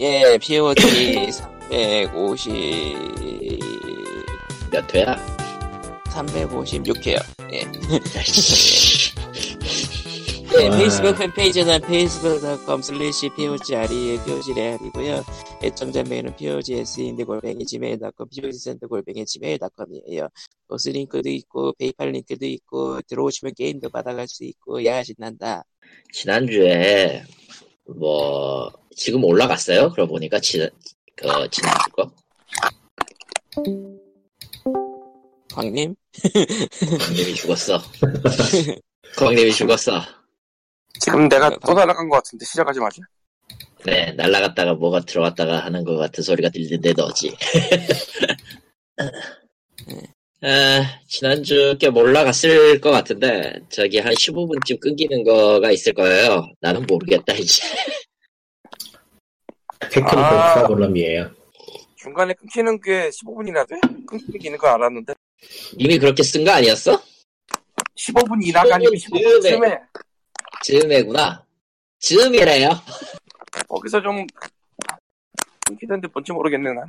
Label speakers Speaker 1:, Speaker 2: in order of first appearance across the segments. Speaker 1: 예, POG 350,
Speaker 2: 몇 회야?
Speaker 1: 356회요.
Speaker 2: 야이씨.
Speaker 1: 네,
Speaker 3: 와.
Speaker 1: 페이스북 팬페이지는 facebook.com slash pogre의 pogreal이고요. 애청자 메일은 pogs인데 E 골뱅이 gmail.com, pog센터 E 골뱅이 gmail.com이에요. 보스 링크도 있고, 페이팔 링크도 있고, 들어오시면 게임도 받아갈 수 있고, 야, 신난다.
Speaker 2: 지난주에 뭐 지금 올라갔어요? 그러고 보니까 지난 그 지난주 거
Speaker 1: 광님?
Speaker 2: 광님이 죽었어. 광님이 죽었어.
Speaker 4: 지금 내가 또 날아간 것 같은데 시작하자마자
Speaker 2: 네 날라갔다가 뭐가 들어갔다가 하는 것 같은 소리가 들리는데 너지. 아, 지난주 꽤 올라갔을 것 같은데 저기 한 15분쯤 끊기는 거가 있을 거예요. 나는 모르겠다 이제.
Speaker 3: 팩트는
Speaker 4: 아.
Speaker 3: 복사 골럼이에요.
Speaker 4: 중간에 끊기는 게 15분이나 돼? 끊기는 거 알았는데
Speaker 2: 이미 그렇게 쓴 거 아니었어?
Speaker 4: 15분 이나가 아니면
Speaker 2: 네.
Speaker 4: 15분쯤에
Speaker 2: 즈음에구나. 즈음이래요.
Speaker 4: 거기서 좀 끊기던데 뭔지 모르겠네 난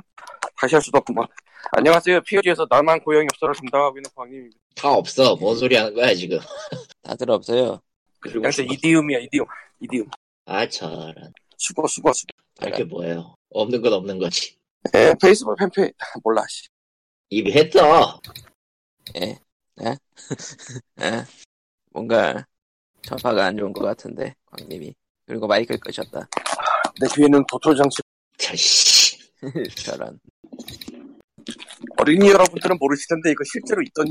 Speaker 4: 다시 할 수도 없구만 안녕하세요 POG에서 나만 고양이 없어를 담당하고 있는 광님입니다
Speaker 2: 다 없어. 뭔 소리 하는 거야 지금?
Speaker 1: 다들 없어요.
Speaker 2: 그리고
Speaker 4: 양자 이디움이야 이디움 이디움
Speaker 2: 아 저런.
Speaker 4: 수고 수고 수고
Speaker 2: 이렇게 뭐예요? 없는 건 없는 거지.
Speaker 4: 에 예, 페이스북 팬페이 몰라 씨
Speaker 2: 이미 했어.
Speaker 1: 아, 뭔가 전파가 안 좋은 것 같은데, 광님이. 그리고 마이크를 끄셨다.
Speaker 4: 내 뒤에는 도토장치
Speaker 2: 자씨.
Speaker 1: 저런.
Speaker 4: 어린이 여러분들은 모르시던데 이거 실제로 있던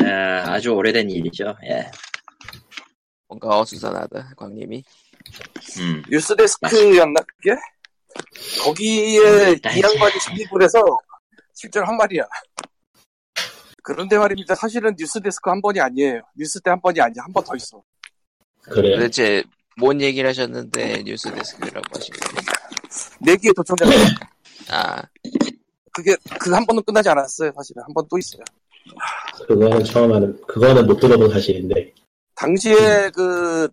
Speaker 4: 일이에요
Speaker 2: 아주 오래된 일이죠. 예.
Speaker 1: 뭔가 어수선하다, 광님이.
Speaker 2: 음.
Speaker 4: 뉴스데스크였나 그게? 거기에
Speaker 2: 일단
Speaker 4: 이 양반이 진입을 해서 실제로 한 말이야. 그런데 말입니다. 사실은 뉴스데스크 한 번이 아니에요. 뉴스 때 한 번이 아니야. 한 번 더 있어. 예.
Speaker 3: 그래요.
Speaker 1: 도대체 뭔 얘기를 하셨는데 뉴스 데스크라고 하신 거예요?
Speaker 4: 네 내기에 도청자
Speaker 1: 아,
Speaker 4: 그게 그 한 번은 끝나지 않았어요. 사실은 한 번 또 있어요.
Speaker 3: 그거는 처음 하는, 그거는 못 들어본 사실인데.
Speaker 4: 당시에 그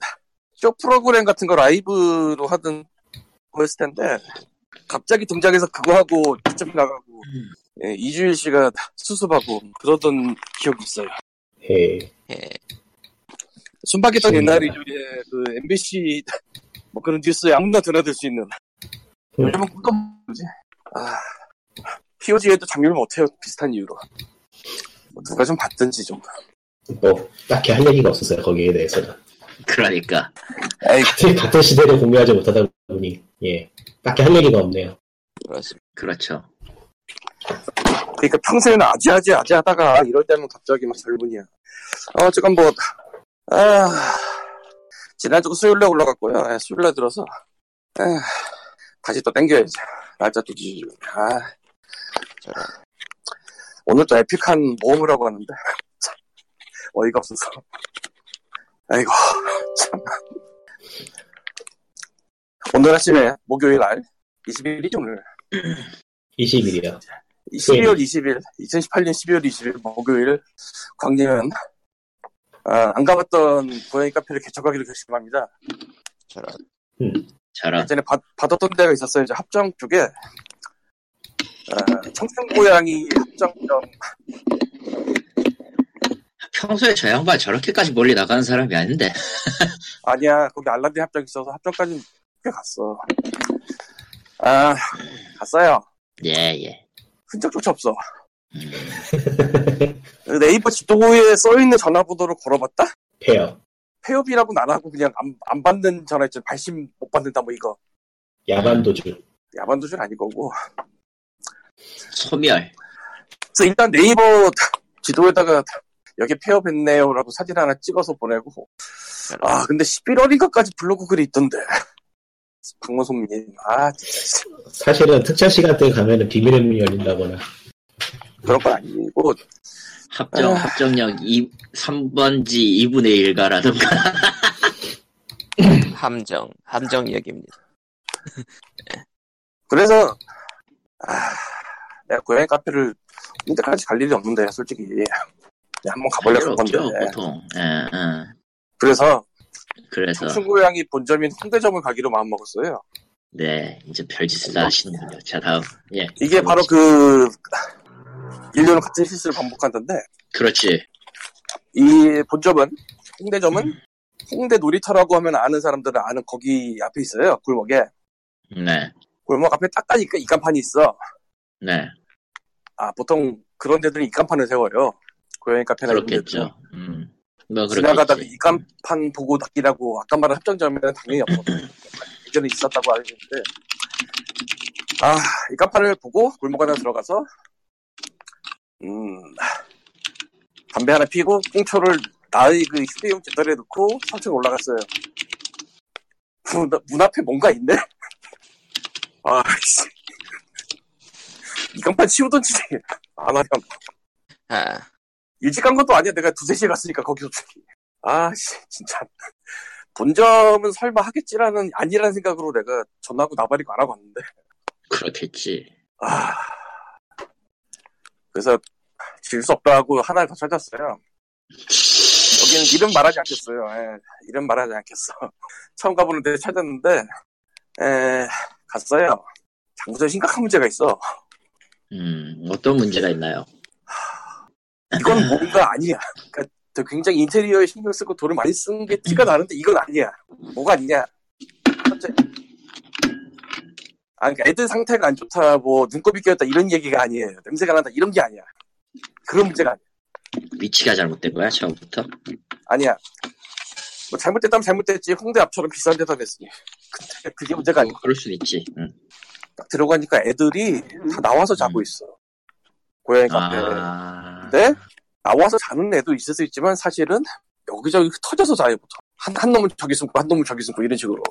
Speaker 4: 쇼 프로그램 같은 거 라이브로 하던 거였을 텐데 갑자기 등장해서 그거 하고 직접 나가고 예, 이주일 씨가 수습하고 그러던 기억이 있어요.
Speaker 3: 예.
Speaker 1: 예.
Speaker 4: 순박했던
Speaker 3: 음.
Speaker 4: 옛날 이후에 그 MBC 뭐 그런 뉴스에 아무나 드나들 수 있는
Speaker 3: 음.
Speaker 4: 요즘은 꿈도 뭐지? 아 POG에도 장려를 못해요 비슷한 이유로 뭐 누가 좀 봤든지 좀
Speaker 3: 뭐, 딱히 할 얘기가 없었어요. 거기에 대해서는.
Speaker 2: 그러니까.
Speaker 4: 에이
Speaker 3: 같은, 같은 시대를 공유하지 못하다 보니, 예. 딱히 할 얘기가 없네요.
Speaker 1: 그렇습니다.
Speaker 2: 그렇죠.
Speaker 4: 그러니까 평소에는 아지아지 아지 하다가 이럴 때면 갑자기 막 젊은이야 어 잠깐 뭐아 지난주 수요일에 올라갔고요 예, 수요일에 들어서 에, 다시 또 땡겨야지 날짜 또 뒤지고 아
Speaker 1: 저런.
Speaker 4: 오늘 또 에픽한 모험을 하고 왔는데 참, 어이가 없어서 아이고 참 오늘 아침에 목요일 날 21일이 오늘
Speaker 3: 20일이요.
Speaker 4: 12월 20일 2018년 12월 20일 목요일 광림은 아, 안 가봤던 고양이 카페를 개척하기로 결심합니다
Speaker 1: 저런.
Speaker 2: 저런.
Speaker 4: 예전에 받, 받았던 데가 있었어요. 이제 합정 쪽에 아, 청춘고양이 합정점
Speaker 2: 평소에 저 양반 저렇게까지 멀리 나가는 사람이 아닌데.
Speaker 4: 아니야 거기 알라딘 합정 있어서 합정까지 꽤 갔어 아 갔어요
Speaker 2: 예, 예.
Speaker 4: 흔적조차 없어 그
Speaker 2: 음.
Speaker 4: 네이버 지도에 써있는 전화번호를 걸어봤다?
Speaker 3: 페어.
Speaker 4: 폐업이라고는 안 하고 그냥 안, 안 받는 전화 있잖아 발신 못 받는다 뭐 이거
Speaker 3: 야반도주.
Speaker 4: 야반도주는 아닐 거고
Speaker 2: 소멸.
Speaker 4: 그래서 일단 네이버 지도에다가 여기 폐업했네요 라고 사진 하나 찍어서 보내고 아 근데 11월인가까지 블로그 글이 있던데 박문송님 아 진짜
Speaker 3: 사실은 특차 시간대에 가면은 비밀의 문이 열린다거나.
Speaker 4: 그런 건 아니고
Speaker 2: 합정,
Speaker 4: 아.
Speaker 2: 합정역 2, 3번지 2분의 1가라든가.
Speaker 1: 함정. 함정역입니다.
Speaker 4: 그래서 아, 내가 고양이 카페를 이때까지 갈 일이 없는데 솔직히 그냥 한번 가보려고 한 건데
Speaker 2: 없죠, 보통. 예, 예.
Speaker 4: 그래서
Speaker 2: 그래서.
Speaker 4: 청춘고양이 본점인 홍대점을 가기로 마음먹었어요
Speaker 2: 네, 이제 별짓을 다 하시는군요. 자, 다음. 예.
Speaker 4: 이게 바로 그 인류는 같은 실수를 반복하던데
Speaker 2: 그렇지.
Speaker 4: 이 본점은 홍대점은 홍대 놀이터라고 하면 아는 사람들은 아는 거기 앞에 있어요 골목에
Speaker 2: 네,
Speaker 4: 골목 앞에 딱 가니까 이간판이 있어
Speaker 2: 네.
Speaker 4: 아 보통 그런 데들은 이간판을 세워요 그러니까 고양이 카페나 이런 데들은.
Speaker 2: 그렇겠죠. 음. 뭐,
Speaker 4: 지나가다가
Speaker 2: 그렇겠지.
Speaker 4: 이간판 보고 닦이라고 아까 말한 합정점에는 당연히 없거든요 예전에 있었다고 알겠는데 아 이간판을 보고 골목 하나 들어가서 음 담배 하나 피고 꽁초를 나의 그 휴대용 재떨에 넣고 3층 올라갔어요 문, 문 앞에 뭔가 있네 아씨 이간판 치우던지 안 하면
Speaker 1: 아,
Speaker 4: 일찍 간 것도 아니야. 내가 두세 시에 갔으니까 거기서 특히. 아씨 진짜 본점은 설마 하겠지라는 아니라는 생각으로 내가 전화하고 나발이고 안 하고 왔는데
Speaker 2: 그렇겠지.
Speaker 4: 아 그래서 질 수 없다고 하나를 더 찾았어요. 여기는 이름 말하지 않겠어요. 예, 이름 말하지 않겠어. 처음 가보는 데 찾았는데 에, 갔어요. 장소에 심각한 문제가 있어.
Speaker 2: 음, 어떤 문제가 있나요?
Speaker 4: 이건 뭔가 아니야. 그러니까 더 굉장히 인테리어에 신경 쓰고 돈을 많이 쓴 게 티가 나는데 이건 아니야. 뭐가 아니냐. 첫째. 아, 그러니까 애들 상태가 안 좋다, 뭐 눈곱이 끼었다 이런 얘기가 아니에요. 냄새가 난다 이런 게 아니야. 그런 문제가 아니야.
Speaker 2: 위치가 잘못된 거야, 처음부터?
Speaker 4: 아니야. 뭐 잘못됐다면 잘못됐지. 홍대 앞처럼 비싼 데다 냈으니. 근데 그게 문제가 아니야.
Speaker 2: 뭐, 그럴 수 있지. 음.
Speaker 4: 딱 들어가니까 애들이 다 나와서 자고 있어. 고양이 카페.
Speaker 2: 아,
Speaker 4: 근데 네? 나와서 자는 애도 있을 수 있지만 사실은 여기저기 흩어져서 자요 보통 한, 한 놈은 저기 숨고 한 놈은 저기 숨고 이런 식으로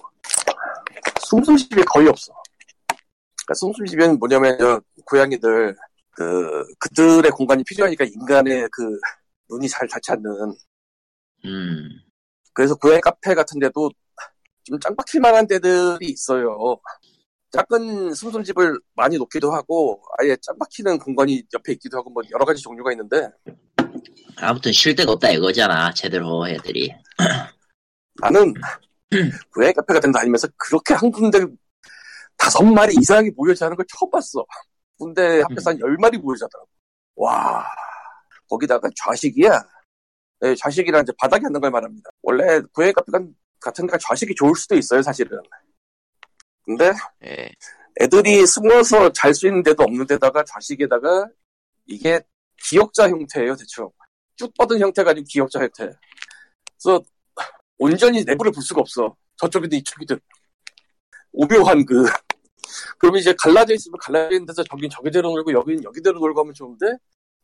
Speaker 4: 숨숨집이 거의 없어 그러니까 숨숨집은 뭐냐면 저 고양이들 그 그들의 공간이 필요하니까 인간의 그 눈이 잘 닿지 않는
Speaker 2: 음,
Speaker 4: 그래서 고양이 카페 같은 데도 좀 짱박힐 만한 데들이 있어요 작은 숨숨집을 많이 놓기도 하고 아예 짱박히는 공간이 옆에 있기도 하고 뭐 여러 가지 종류가 있는데
Speaker 2: 아무튼 쉴 데가 없다 이거잖아, 제대로 애들이.
Speaker 4: 나는 고양이 카페 같은 데 다니면서 그렇게 한 군데 다섯 마리 이상이 모여 자는 걸 처음 봤어. 군대 앞에서 한 열 마리 모여 자더라고. 와, 거기다가 좌식이야. 네, 좌식이란 이제 바닥에 앉는 걸 말합니다. 원래 고양이 카페 같은- 같은 데가 좌식이 좋을 수도 있어요, 사실은. 근데
Speaker 1: 예.
Speaker 4: 애들이 숨어서 잘 수 있는 데도 없는 데다가 좌식에다가 이게 기역자 형태예요 대충 쭉 뻗은 형태가 아니고 기역자 형태 그래서 온전히 내부를 볼 수가 없어 저쪽이든 이쪽이든 오묘한 그 그러면 이제 갈라져 있으면 갈라져 있는 데서 저긴 저기대로 놀고 여긴 여기대로 놀고 하면 좋은데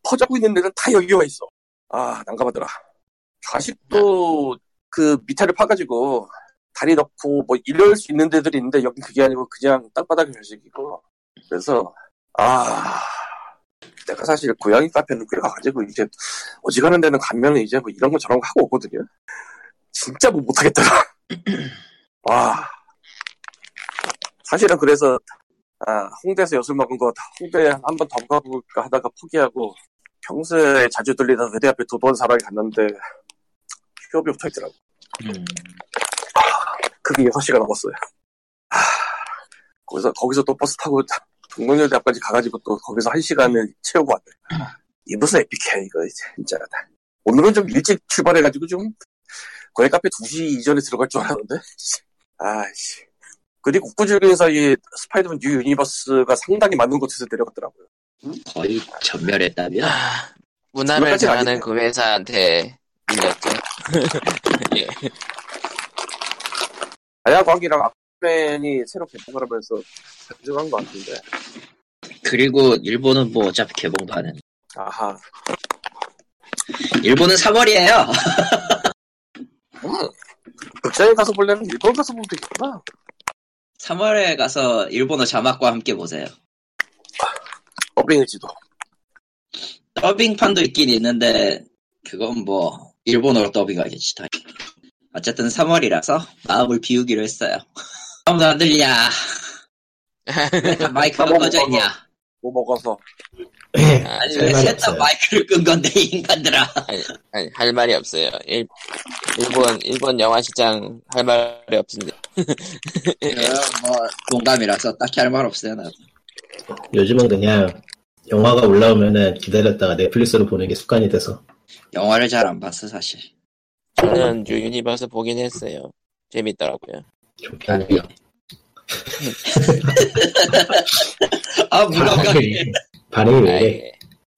Speaker 4: 퍼져고 있는 데는 다 여기 와 있어 아 난감하더라 좌식도 그 밑에를 파가지고 다리 넣고 뭐 이럴 수 있는 데들이 있는데 여긴 그게 아니고 그냥 땅바닥 결식이고 그래서 아 내가 사실 고양이 카페는 꽤 가가지고 이제 어지간한 데는 가면은 이제 뭐 이런 거 저런 거 하고 오거든요 진짜 뭐 못하겠더라 와 사실은 그래서 아, 홍대에서 엿을 먹은 거 홍대에 한 번 더 가볼까 하다가 포기하고 평소에 자주 들리던 의대 앞에 도도한 사람이 갔는데 휴업이 붙어있더라고
Speaker 2: 음,
Speaker 4: 그게 6시가 넘었어요. 하, 거기서, 거기서 또 버스 타고 동문여대 앞까지 가가지고 또 거기서 한 시간을 채우고 왔네. 이 무슨 에픽해, 이거, 진짜. 오늘은 좀 일찍 출발해가지고 좀, 거의 카페 2시 이전에 들어갈 줄 알았는데. 아이씨. 그리고 욱구질긴 사이에 스파이더맨 뉴 유니버스가 상당히 많은 곳에서 내려갔더라고요.
Speaker 2: 거의 전멸했다며?
Speaker 1: 아, 문화를
Speaker 4: 그것까지는
Speaker 1: 잘하는
Speaker 4: 아닌데.
Speaker 1: 그 회사한테 밀렸죠.
Speaker 4: 아야광이랑 악맨이 새로 개봉을 하면서 변증한 것 같은데.
Speaker 2: 그리고 일본은 뭐 어차피 개봉도 안 했네.
Speaker 4: 아하.
Speaker 2: 일본은 3월이에요!
Speaker 4: 극장에 가서 볼래는 일본 가서 보면 되겠구나.
Speaker 2: 3월에 가서 일본어 자막과 함께 보세요.
Speaker 4: 어빙일지도.
Speaker 2: 더빙판도 있긴 있는데, 그건 뭐, 일본어로 더빙하겠지, 다. 어쨌든 3월이라서 마음을 비우기로 했어요. 아무도 안 들리냐? 다 마이크가
Speaker 4: 까먹은
Speaker 2: 꺼져 있냐?
Speaker 4: 뭐 먹어서
Speaker 2: 아니
Speaker 3: 할
Speaker 2: 왜
Speaker 3: 말이
Speaker 2: 셋다
Speaker 3: 없어요.
Speaker 2: 마이크를 끈 건데 이 인간들아
Speaker 1: 아니, 할 말이 없어요. 일, 일본, 일본 영화 시장 할 말이 없습니다.
Speaker 3: 예.
Speaker 2: 뭐 공감이라서 딱히 할 말 없어요 나도
Speaker 3: 요즘은 그냥 영화가 올라오면은 기다렸다가 넷플릭스로 보는 게 습관이 돼서
Speaker 2: 영화를 잘 안 봤어 사실
Speaker 1: 저는 뉴 유니버스 보긴 했어요. 재밌더라고요.
Speaker 3: 좋긴 하네요.
Speaker 2: 아 무감각해
Speaker 3: 반응이, 반응이 왜 이래?
Speaker 1: 아예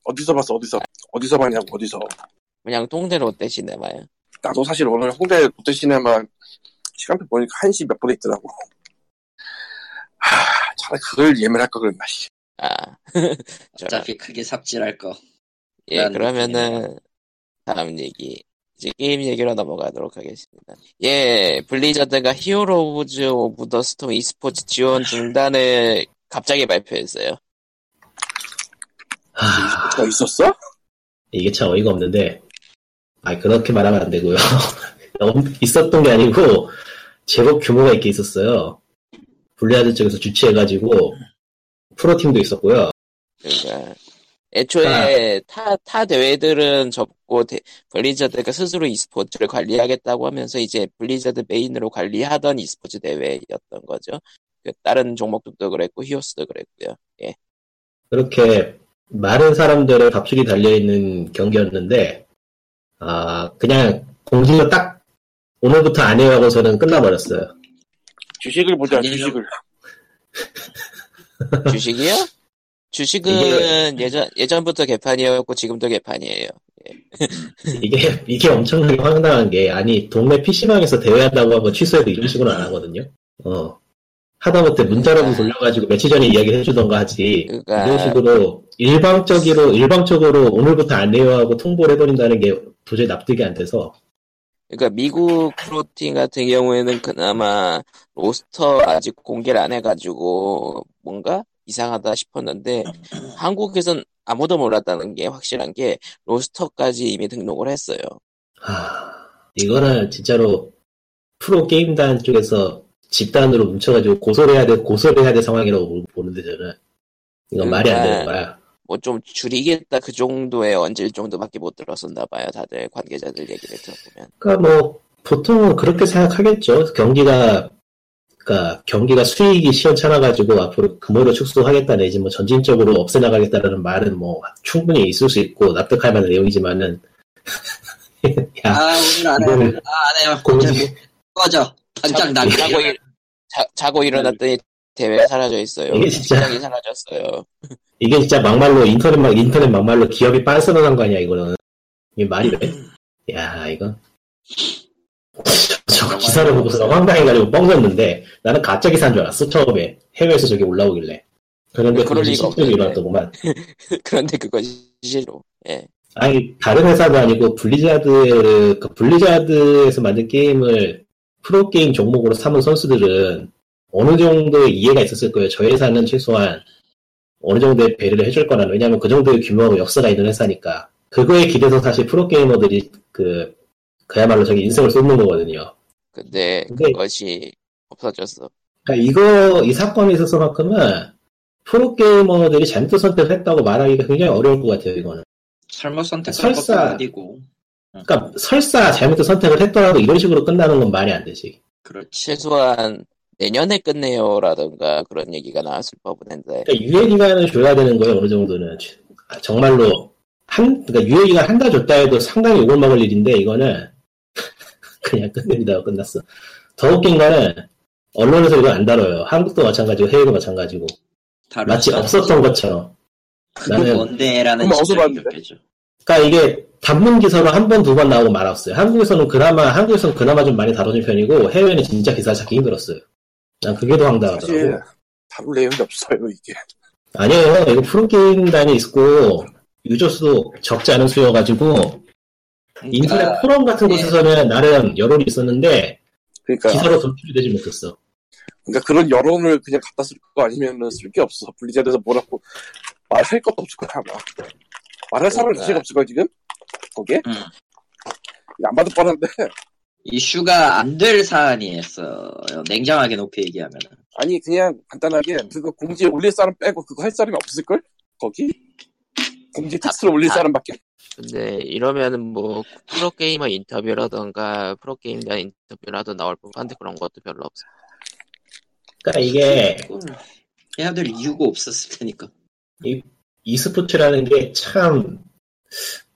Speaker 4: 어디서 봤어? 어디서? 어디서 봤냐고 어디서?
Speaker 1: 그냥 통대 롯데 시네마요.
Speaker 4: 나도 사실 오늘 홍대 롯데시네마 시간표 보니까 1시 몇 분에 있더라고. 하, 차라리 그걸 예매할 걸 그랬나. 씨.
Speaker 1: 아,
Speaker 3: 아,
Speaker 1: 저,
Speaker 2: 어차피 크게 삽질할 거
Speaker 1: 예, 그러면은 다음 얘기. 이제 게임 얘기로 넘어가도록 하겠습니다. 예, 블리자드가 히어로 오브 오브 더 스톰 e스포츠 지원 중단을 갑자기 발표했어요.
Speaker 3: 하,
Speaker 4: 너 있었어?
Speaker 3: 이게 참 어이가 없는데 아 그렇게 말하면 안 되고요. 너무 있었던 게 아니고 제법 규모가 있게 있었어요. 블리아드 쪽에서 주최해가지고 프로팀도 있었고요.
Speaker 1: 그러니까 애초에 타, 타 대회들은 접고 대- 블리자드가 스스로 e스포츠를 관리하겠다고 하면서 이제 블리자드 메인으로 관리하던 e스포츠 대회였던 거죠. 그 다른 종목들도 그랬고 히오스도 그랬고요. 예.
Speaker 3: 그렇게 많은 사람들의 밥줄이 달려있는 경기였는데, 아, 그냥 공지가 딱 오늘부터 안 해요 하고서는 끝나버렸어요.
Speaker 4: 주식을 보자,
Speaker 2: 아니요.
Speaker 4: 주식을.
Speaker 1: 주식이요? 주식은 예전 예전부터 개판이었고 지금도 개판이에요.
Speaker 3: 이게, 이게 엄청나게 황당한 게, 아니, 동네 PC방에서 대회한다고 하면 취소해도 이런 식으로 안 하거든요. 어. 하다못해 문자라도 돌려가지고 며칠 전에 이야기를 해주던가 하지. 이런
Speaker 1: 그러니까
Speaker 3: 식으로 일방적으로, 일방적으로 오늘부터 안 해요 하고 통보를 해버린다는 게 도저히 납득이 안 돼서,
Speaker 1: 그러니까 미국 프로팀 같은 경우에는 그나마 로스터 아직 공개를 안 해가지고 뭔가 이상하다 싶었는데 한국에선 아무도 몰랐다는 게 확실한 게 로스터까지 이미 등록을 했어요.
Speaker 3: 하, 아, 이거는 진짜로 프로 게임단 쪽에서 집단으로 뭉쳐가지고 고소를 해야 돼, 고소를 해야 될 상황이라고 보- 보는데 저는 이건 말이 안 되는 거야.
Speaker 1: 뭐 좀 줄이겠다 그 정도의 언질 정도밖에 못 들었었나 봐요. 다들 관계자들 얘기를 들어보면.
Speaker 3: 그러니까 뭐 보통은 그렇게 생각하겠죠. 경기가 그러니까 경기가 수익이 시원찮아가지고 앞으로 규모를 축소하겠다 내지 뭐 전진적으로 없애나가겠다라는 말은 뭐 충분히 있을 수 있고 납득할 만한 내용이지만은 야
Speaker 2: 아 오늘 안 해요
Speaker 3: 이거는
Speaker 2: 아, 안 해요
Speaker 3: 공지
Speaker 2: 어차피 꺼져 당장
Speaker 1: 자-
Speaker 3: 예.
Speaker 2: 나가
Speaker 1: 자고, 일, 자고 일어났더니 대회가 사라져 있어요.
Speaker 3: 이게 진짜-
Speaker 1: 시장이 사라졌어요.
Speaker 3: 이게 진짜 막말로 인터넷 막 인터넷 막말로 기업이 빤스러난 거 아니야 이거는 이게 말이 돼? 야 이거 저, 저 기사를 보고서 황당해가지고 뻥졌는데 나는 가짜 기사인 줄 알았어 처음에 해외에서 저게 올라오길래 그런데
Speaker 1: 네, 그럴
Speaker 3: 그것이
Speaker 1: 리가
Speaker 3: 실제로
Speaker 1: 없는데.
Speaker 3: 일어났더구만
Speaker 1: 그런데 그것이 실로. 예.
Speaker 3: 아니 다른 회사도 아니고 블리자드 그 블리자드에서 만든 게임을 프로 게임 종목으로 삼은 선수들은 어느 정도의 이해가 있었을 거예요. 저 회사는 최소한 어느 정도의 배려를 해줄 거라는 왜냐하면 그 정도의 규모하고 역사가 있는 회사니까 그거에 기대서 사실 프로 게이머들이 그 그야말로 저기 인생을 쏟는 거거든요.
Speaker 1: 근데
Speaker 3: 근데-
Speaker 1: 그것이 없어졌어.
Speaker 3: 그러니까 이거 이 사건에 있어서만큼은 프로 게이머들이 잘못 선택을 했다고 말하기가 굉장히 어려울 것 같아요. 이거는.
Speaker 2: 설마 선택할
Speaker 3: 설사.
Speaker 2: 것도 아니고 어,
Speaker 3: 그러니까 설사 잘못 선택을 했더라도 이런 식으로 끝나는 건 말이 안 되지.
Speaker 2: 그렇지
Speaker 1: 최소한 내년에 끝내요라든가 그런 얘기가 나왔을 법은 한데
Speaker 3: 그러니까 유예 기간을 줘야 되는 거예요 어느 정도는 아, 정말로 한 그러니까 유예 기간 한 달 줬다 해도 상당히 욕을 먹을 일인데 이거는 그냥 끝내리다가 끝났어 더 웃긴 거는 언론에서 이거 안 다뤄요 한국도 마찬가지고 해외도 마찬가지고
Speaker 2: 다른
Speaker 3: 마치
Speaker 2: 사람.
Speaker 3: 없었던 것처럼
Speaker 2: 그게
Speaker 3: 나는-
Speaker 2: 뭔데라는
Speaker 4: 그럼 어디서
Speaker 2: 지적이
Speaker 4: 봤는데?
Speaker 2: 죠
Speaker 3: 그러니까 이게 단문 기사로 한 번 두 번 나오고 말았어요 한국에서는 그나마 한국에서는 그나마 좀 많이 다뤄진 편이고 해외는 진짜 기사 찾기 힘들었어요 난 그게 더 황당하더라고
Speaker 4: 사실 다룰 내용이 없어요 이게.
Speaker 3: 아니에요. 이거 프로게임단이 있고, 유저수도 적지 않은 수여가지고, 인터넷
Speaker 2: 그러니까
Speaker 4: 아,
Speaker 3: 포럼 같은 곳에서는 나름 여론이 있었는데,
Speaker 4: 예. 그러니까
Speaker 3: 기사로 돌출이 되지 못했어.
Speaker 4: 그러니까 그런 여론을 그냥 갖다 쓸 거 아니면은 쓸 게 없어. 분리자돼서 뭐라고 말할 것도 없을 거야 아마. 말할 사람
Speaker 1: 그러니까.
Speaker 4: 자체가 없을 거야 지금. 거기에.
Speaker 2: 음.
Speaker 4: 이거 안 받을 뻔한데.
Speaker 2: 이슈가 안 될 사안이었어요. 냉정하게 높이 얘기하면.
Speaker 4: 아니 그냥 간단하게 그거 공지에 올릴 사람 빼고 그거 할 사람이 없을 걸? 거기? 금지 텍스트를 올릴
Speaker 1: 아.
Speaker 4: 사람밖에
Speaker 1: 근데 이러면은 뭐 프로게이머 인터뷰라던가 프로게임자 인터뷰라도 나올 법한데 그런 것도 별로 없어.
Speaker 3: 그러니까 이게
Speaker 2: 해야 될 이유가 없었을 테니까.
Speaker 3: e스포츠라는 게 참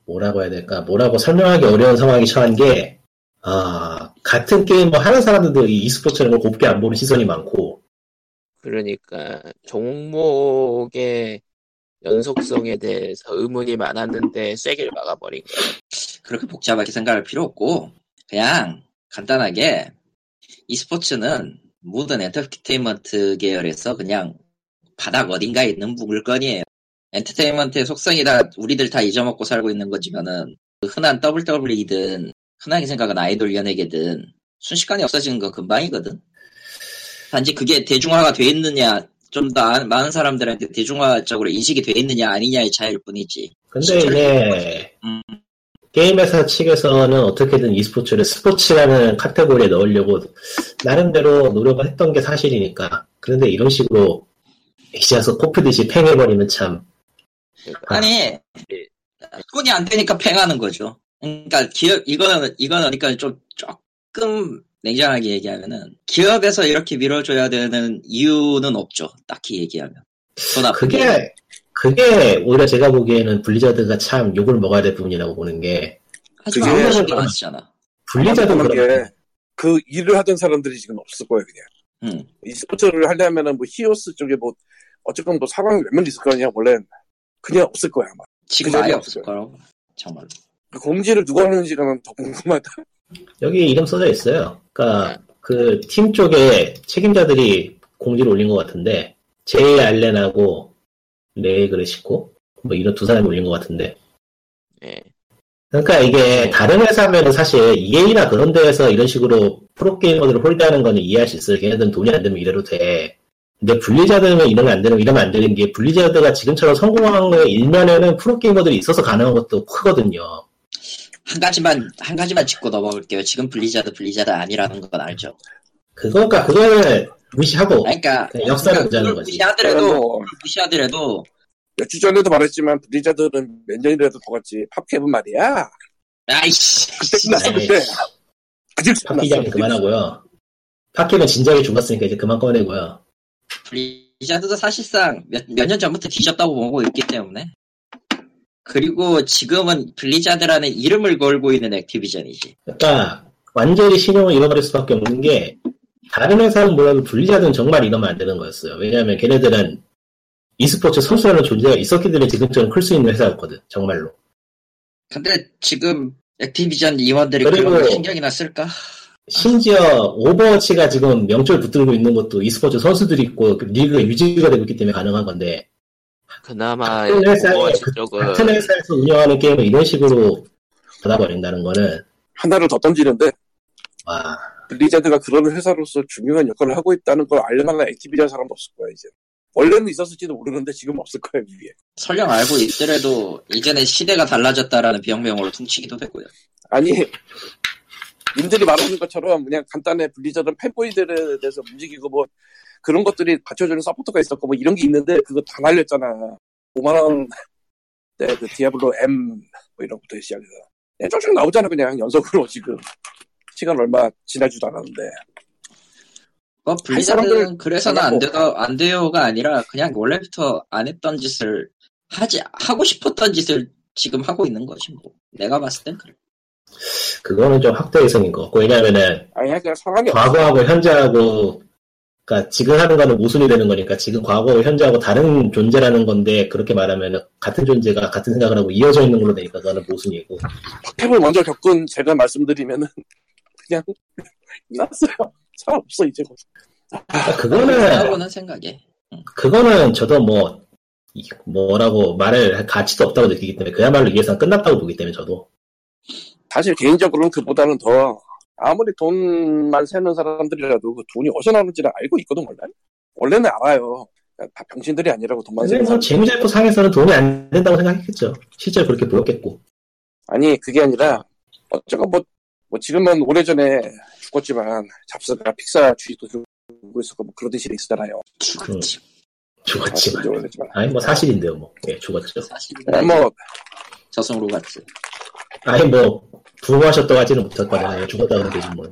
Speaker 3: 뭐라고 해야 될까 뭐라고 설명하기 어려운 상황이 처한 게 아, 같은 게임을 하는 사람들도 이 e스포츠라는 걸 곱게 안 보는 시선이 많고
Speaker 1: 그러니까 종목의 연속성에 대해서 의문이 많았는데 쐐기를 막아버린 거야.
Speaker 2: 그렇게 복잡하게 생각할 필요 없고 그냥 간단하게 e스포츠는 모든 엔터테인먼트 계열에서 그냥 바닥 어딘가에 있는 물건이에요. 엔터테인먼트의 속성이라 우리들 다 잊어먹고 살고 있는 거지만은 그 흔한 WWE든 흔하게 생각은 아이돌 연예계든 순식간에 없어지는 거 금방이거든. 단지 그게 대중화가 돼 있느냐 좀 더 아, 많은 사람들한테 대중화적으로 인식이 돼 있느냐 아니냐의 차이일 뿐이지.
Speaker 3: 근데 이게
Speaker 2: 음.
Speaker 3: 게임 회사 측에서는 어떻게든 e스포츠를 스포츠라는 카테고리에 넣으려고 나름대로 노력을 했던 게 사실이니까 그런데 이런 식으로 액시아서 코피듯이 팽해버리면 참
Speaker 1: 그러니까
Speaker 2: 아니 손이 안 되니까 팽하는 거죠. 그러니까 기업 이거는 이거는 그러니까 좀 조금 냉정하게 얘기하면은 기업에서 이렇게 밀어줘야 되는 이유는 없죠. 딱히 얘기하면. 더 나쁜 게.
Speaker 4: 네.
Speaker 3: 그게 그게 오히려 제가 보기에는 블리자드가 참 욕을 먹어야 될 부분이라고 보는 게
Speaker 2: 하지만
Speaker 4: 그게-
Speaker 2: 아무도 신경 안 쓰잖아.
Speaker 3: 블리자드
Speaker 4: 그런
Speaker 3: 그런
Speaker 4: 게그 일을 하던 사람들이 지금 없을 거예요 그냥
Speaker 2: 응.
Speaker 4: 이 스포츠를 하려면은 뭐 히오스 쪽에 뭐 어쨌건 뭐 사람이 몇 명 있을 거 아니야 원래 그냥 없을 거야 아마
Speaker 2: 지금
Speaker 4: 그 자리에
Speaker 2: 아예
Speaker 4: 없어요.
Speaker 2: 없을 거라고. 정말.
Speaker 4: 그 공지를 누가 하는지가 난더 궁금하다
Speaker 3: 여기 이름 써져 있어요. 그러니까 그 팀 쪽에 책임자들이 공지를 올린 것 같은데 제이 알렌하고 레이 그레시코 뭐 이런 두 사람이 올린 것 같은데
Speaker 1: 예.
Speaker 3: 그러니까 이게 다른 회사면은 사실 EA나 그런 데에서 이런 식으로 프로게이머들을 홀대하는 거는 이해할 수 있어요. 걔네들은 돈이 안 되면 이래도 돼. 근데 분리자드는 이러면 안 되는, 이러면 안 되는 게 분리자드가 지금처럼 성공한 거의 일면에는 프로게이머들이 있어서 가능한 것도 크거든요.
Speaker 2: 한 가지만 한 가지만 짚고 넘어갈게요. 지금 블리자드 블리자드 아니라는 건 알죠.
Speaker 3: 그거니까 그거는 무시하고
Speaker 2: 아니, 그러니까
Speaker 3: 그냥 역사를
Speaker 2: 그러니까
Speaker 3: 보자는
Speaker 2: 그걸
Speaker 3: 거지.
Speaker 2: 무시하더라도
Speaker 4: 뭐
Speaker 2: 무시하더라도
Speaker 4: 몇 주 전에도 말했지만 블리자드는 몇 년이라도 더 갔지 팝캡은 말이야
Speaker 2: 아이씨.
Speaker 4: 그때 끝났어
Speaker 3: 아이씨.
Speaker 4: 그때 아직 끝났어
Speaker 3: 파키장 그만하고요. 파키는 진작에 죽었으니까 이제 그만 꺼내고요.
Speaker 2: 블리자드도 사실상 몇 년 전부터 뒤졌다고 보고 있기 때문에 그리고 지금은 블리자드라는 이름을 걸고 있는 액티비전이지
Speaker 3: 그러니까 완전히 신용을 잃어버릴 수밖에 없는 게 다른 회사는 몰라도 분리자든 정말 이러면 안 되는 거였어요. 왜냐하면 걔네들은 e스포츠 선수라는 존재가 있었기 때문에 지금처럼 클 수 있는 회사였거든. 정말로.
Speaker 2: 근데 지금 액티비전 임원들이
Speaker 3: 그리고-
Speaker 2: 그런 거 신경이나 쓸까?
Speaker 3: 심지어 오버워치가 지금 명절 붙들고 있는 것도 e스포츠 선수들이 있고 그 리그가 유지가 되고 있기 때문에 가능한 건데
Speaker 1: 그나마 뭐
Speaker 3: 같은 회사에
Speaker 1: 오버워치
Speaker 3: 그-
Speaker 1: 쪽은
Speaker 3: 같은 회사에서 운영하는 게임을 이런 식으로 받아버린다는 거는
Speaker 4: 하나를 더 던지는데
Speaker 3: 와
Speaker 4: 블리자드가 그런 회사로서 중요한 역할을 하고 있다는 걸 알만한 액티비전 사람도 없을 거야 이제 원래는 있었을지도 모르는데 지금 없을 거야 위에
Speaker 2: 설령 알고 있더라도 이제는 시대가 달라졌다라는 병명으로 퉁치기도 되고요
Speaker 4: 아니 님들이 말하는 것처럼 그냥 간단해 블리자드는 팬보이들에 대해서 움직이고 뭐 그런 것들이 받쳐주는 서포터가 있었고 뭐 이런 게 있는데 그거 다 날렸잖아 5만원 때그 디아블로 M 뭐 이런 것부터 시작해서 그냥 쭉쭉 나오잖아 그냥 연속으로 지금 시간 얼마 지나지도 않았는데
Speaker 2: 뭐 블리자드는
Speaker 4: 사람들
Speaker 2: 그래서는 안
Speaker 4: 잘하고.
Speaker 2: 돼도 안 돼요가 아니라 그냥 원래부터 안 했던 짓을 하지 하고 싶었던 짓을 지금 하고 있는 거지 뭐 내가 봤을 땐 그래
Speaker 3: 그거는 좀 확대해서인 것 같고 왜냐하면은
Speaker 4: 아니 그냥 사람이 없어
Speaker 3: 과거하고 현재하고 그러니까 지금 하는 거는 모순이 되는 거니까 지금 과거하고 현재하고 다른 존재라는 건데 그렇게 말하면 같은 존재가 같은 생각을 하고 이어져 있는 걸로 되니까 그거는 모순이고
Speaker 4: 캡을 먼저 겪은 제가 말씀드리면은 그냥 났어요. 사람 없어 이제 곧.
Speaker 3: 그러니까
Speaker 2: 아,
Speaker 3: 그거는
Speaker 2: 하고는 생각해
Speaker 3: 그거는 저도 뭐 이- 뭐라고 말을 할 가치도 없다고 느끼기 때문에 그야말로 이 회사는 끝났다고 보기 때문에 저도
Speaker 4: 사실 개인적으로는 그보다는 더 아무리 돈만 세는 사람들이라도 그 돈이 어디서 나오는지는 알고 있거든 원래. 원래는 알아요. 그냥 다 병신들이 아니라고 돈만
Speaker 3: 근데
Speaker 4: 세는
Speaker 3: 뭐
Speaker 4: 사람.
Speaker 3: 재무제표 상에서는 돈이 안 된다고 생각했겠죠 실제로 그렇게 보였겠고
Speaker 4: 아니 그게 아니라 어쩌고 뭐, 뭐 지금은 오래전에 죽었지만 잡스가 픽사 주식도 들고 있었고 뭐 그러던 시대 있었잖아요.
Speaker 3: 음. 죽었지만.
Speaker 4: 아,
Speaker 3: 아니, 뭐 사실인데요, 뭐. 예, 죽었죠.
Speaker 2: 사실
Speaker 4: 뭐
Speaker 2: 네. 저승으로 갔지.
Speaker 3: 아니, 뭐, 부모하셨다고 하지는 못했거든요. 죽었다고 하면 되지, 뭐.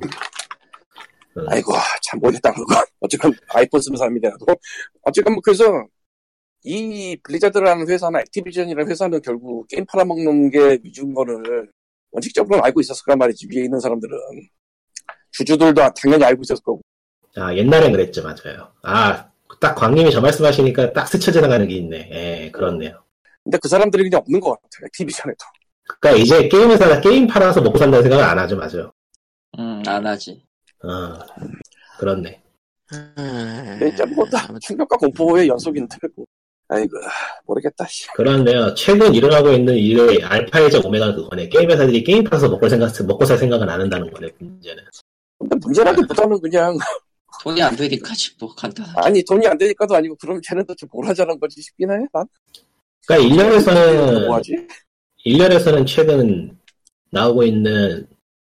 Speaker 3: 음,
Speaker 4: 아이고 참 못했다 그건 어쨌건 아이폰 쓰는 사람이 돼도 어쨌건 뭐 그래서 이 블리자드라는 회사나 액티비전이라는 회사는 결국 게임 팔아먹는 게 위주인 거를 원칙적으로는 알고 있었을 거란 말이지 위에 있는 사람들은 주주들도 당연히 알고 있었을 거고
Speaker 3: 아, 옛날엔 그랬죠, 맞아요. 아, 딱 광님이 저 말씀하시니까 딱 스쳐 지나가는 게 있네. 예, 그렇네요.
Speaker 4: 근데 그 사람들이 그냥 없는 것 같아 액티비전에도
Speaker 3: 그러니까 이제 게임 회사가 게임 팔아서 먹고 산다는 생각을 안 하죠, 맞아요.
Speaker 2: 음, 안 하지.
Speaker 3: 어, 그렇네.
Speaker 1: 음,
Speaker 3: 네.
Speaker 4: 진짜 그러니까 뭐다 충격과 공포의 연속인데 뭐. 아이고 모르겠다 씨.
Speaker 3: 그런데요, 최근 일어나고 있는 일의 알파이자 오메가는 그거네. 게임 회사들이 게임 팔아서 먹고 생각, 먹고 살 생각은 안 한다는 거네, 문제는.
Speaker 4: 근데 문제라기보다는
Speaker 3: 네.
Speaker 4: 그냥
Speaker 2: 돈이 안 되니까 뭐 간단하게.
Speaker 4: 아니 돈이 안 되니까도 아니고 그럼 쟤는 도대체 뭘 하자는 거지 싶긴 해. 난
Speaker 3: 그러니까
Speaker 4: 뭐
Speaker 3: 1년에서는,
Speaker 4: 하지?
Speaker 3: 1년에서는 최근 나오고 있는,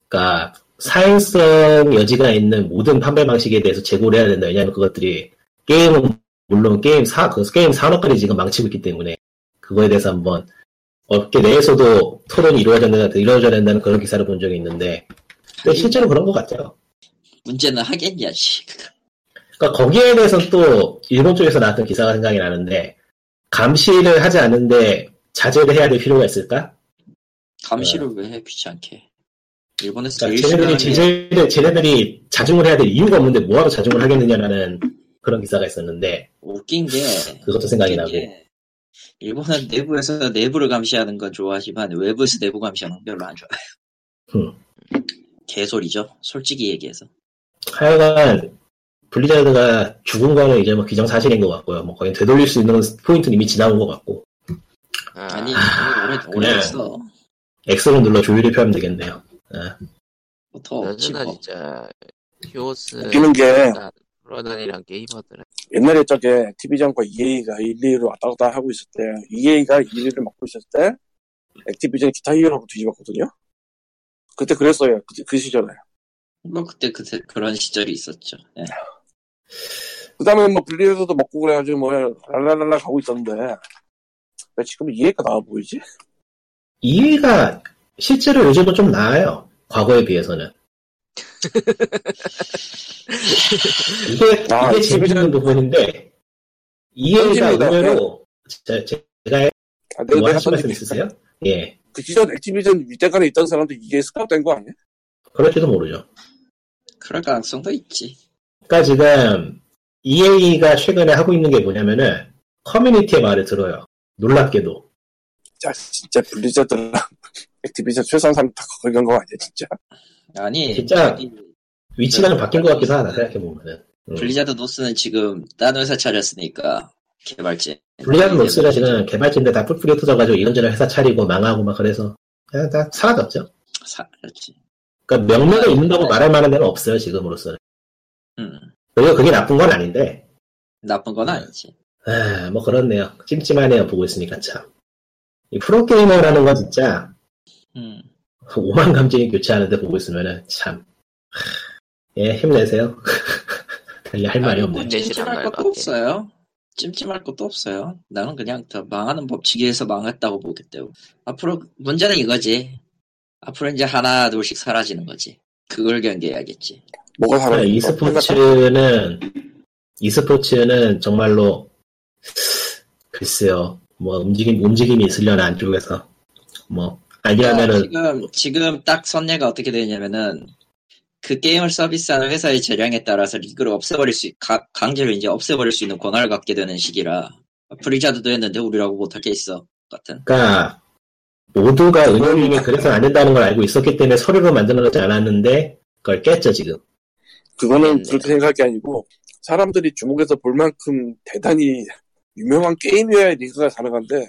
Speaker 3: 그러니까 사행성 여지가 있는 모든 판매 방식에 대해서 재고를 해야 된다. 왜냐하면 그것들이 게임은 물론 게임 사, 그 게임 산업까지 지금 망치고 있기 때문에 그거에 대해서 한번 업계 내에서도 토론이 이루어져야 된다, 이루어져야 된다는 그런 기사를 본 적이 있는데 근데 실제로 그런 것 같아요.
Speaker 2: 문제는 하겠냐, 씨.
Speaker 3: 그러니까 거기에 대해서 또 일본 쪽에서 나왔던 기사가 생각이 나는데 감시를 하지 않는데 자제를 해야 될 필요가 있을까?
Speaker 2: 감시를
Speaker 3: 네.
Speaker 2: 왜 해, 귀찮게. 일본에서 제일
Speaker 3: 그러니까 쟤네들이
Speaker 2: 싫어하는 게
Speaker 3: 쟤네들, 쟤네들이 자중을 해야 될 이유가 없는데 뭐하러 자중을 하겠느냐라는 그런 기사가 있었는데
Speaker 2: 웃긴 게
Speaker 3: 그것도 생각이 나고
Speaker 4: 예.
Speaker 2: 게 일본은 내부에서 내부를 감시하는 건 좋아하지만 외부에서 내부 감시하는 건 별로 안 좋아해요. 개소리죠. 솔직히 얘기해서.
Speaker 3: 하여간 블리자드가 죽은 거는 이제 뭐 기정사실인 것 같고요. 뭐 거의 되돌릴 수 있는 포인트는 이미 지나온 것 같고
Speaker 2: 아니,
Speaker 1: 아,
Speaker 2: 오래, 오래
Speaker 3: 그냥-
Speaker 2: 했어.
Speaker 3: 엑스를 눌러 조율을 표하면 되겠네요.
Speaker 2: 더 없지
Speaker 1: 여전하
Speaker 2: 뭐.
Speaker 1: 진짜 히오스
Speaker 4: 웃기는 게
Speaker 1: 프로단이랑 게이머들은
Speaker 4: 옛날에 저게 액티비전과 EA가 1, 2로 왔다 갔다 하고 있을 때 EA가 1, 2를 맡고 있을 때 액티비전이 기타 히어로로 뒤집었거든요. 그때 그랬어요. 그, 그 시절에.
Speaker 2: 뭐 그때 그때 그런 시절이 있었죠. 예.
Speaker 4: 그 다음에 뭐 블리자드도 먹고 그래가지고 뭐 랄랄랄라 가고 있었는데 왜 지금 EA가 나와 보이지?
Speaker 3: 이해가 실제로 요즘은 좀 나아요. 과거에 비해서는. 이게,
Speaker 4: 아,
Speaker 3: 이게
Speaker 4: 지금
Speaker 3: 재밌는 부분인데, 이해가
Speaker 4: 편집이다.
Speaker 3: 의외로, 제, 제가
Speaker 4: 아, 내-
Speaker 3: 뭐
Speaker 4: 내가
Speaker 3: 하실 말씀
Speaker 4: 던진-
Speaker 3: 있으세요? 예.
Speaker 4: 그 시절 액티비전 위대간에 있던 사람도 EA 스카우트 된거 아니야?
Speaker 3: 그럴지도 모르죠.
Speaker 2: 그럴 가능성도 있지.
Speaker 3: 그러니까 지금, EA가 최근에 하고 있는 게 뭐냐면은, 커뮤니티의 말을 들어요. 놀랍게도.
Speaker 4: 자, 진짜 블리자드랑 액티비전 최소한 사람 다 걸린 거 아니야, 진짜?
Speaker 2: 아니
Speaker 3: 진짜
Speaker 2: 저기
Speaker 3: 위치가 좀 바뀐 것 같기도 하다, 생각해보면은. 음.
Speaker 2: 블리자드 노스는 지금 딴 회사 차렸으니까 개발지.
Speaker 3: 블리자드
Speaker 2: 네,
Speaker 3: 노스가 지금 개발진데 다 뿔뿔이 터져가지고 이런저런 회사 차리고 망하고 막 그래서 그냥 다 사라졌죠.
Speaker 2: 사, 그렇지.
Speaker 3: 그러니까 명맥을 잇는다고 말할 만한 데는 없어요 지금으로서는.
Speaker 2: 음
Speaker 3: 그리고 그게 나쁜 건 아닌데,
Speaker 2: 나쁜
Speaker 3: 네.
Speaker 2: 건 아니지.
Speaker 3: 아, 뭐 그렇네요. 찜찜하네요 보고 있으니까 참. 이 프로게이머라는 건 진짜
Speaker 2: 음
Speaker 3: 그 오만 감정이 교차하는데 보고 있으면은 참. 하, 예 힘내세요. 달리 할 말이
Speaker 2: 아니,
Speaker 3: 없네.
Speaker 2: 뭐
Speaker 1: 없네. 문제지란
Speaker 2: 찜찜할 것도
Speaker 1: 말밖에.
Speaker 2: 없어요. 찜찜할 것도 없어요. 나는 그냥 더 망하는 법칙에서 망했다고 보기 때문에 앞으로 문제는 이거지. 앞으로 이제 하나 둘씩 사라지는 거지. 그걸 경계해야겠지.
Speaker 4: 아, 뭐가
Speaker 3: 그러니까
Speaker 4: 사람이
Speaker 3: e스포츠는 e스포츠는 정말로 글쎄요 뭐 움직임 움직임이 있으려나 안쪽에서 뭐 아니라면은
Speaker 2: 지금 지금 딱 선례가 어떻게 되냐면은 그 게임을 서비스하는 회사의 재량에 따라서 리그를 없애버릴 수 있- 가- 강제로 이제 없애버릴 수 있는 권한을 갖게 되는 시기라 브리자드도 했는데 우리라고 못할 게 있어 같은
Speaker 3: 그러니까 모두가 은연중에 그래서 안 된다는 걸 알고 있었기 때문에 서류로 만들어내지 않았는데 그걸 깼죠 지금
Speaker 4: 그거는
Speaker 1: 네.
Speaker 4: 그렇게 생각할 게 아니고 사람들이 주목해서 볼 만큼 대단히 유명한 게임이어야 리그가 가능한데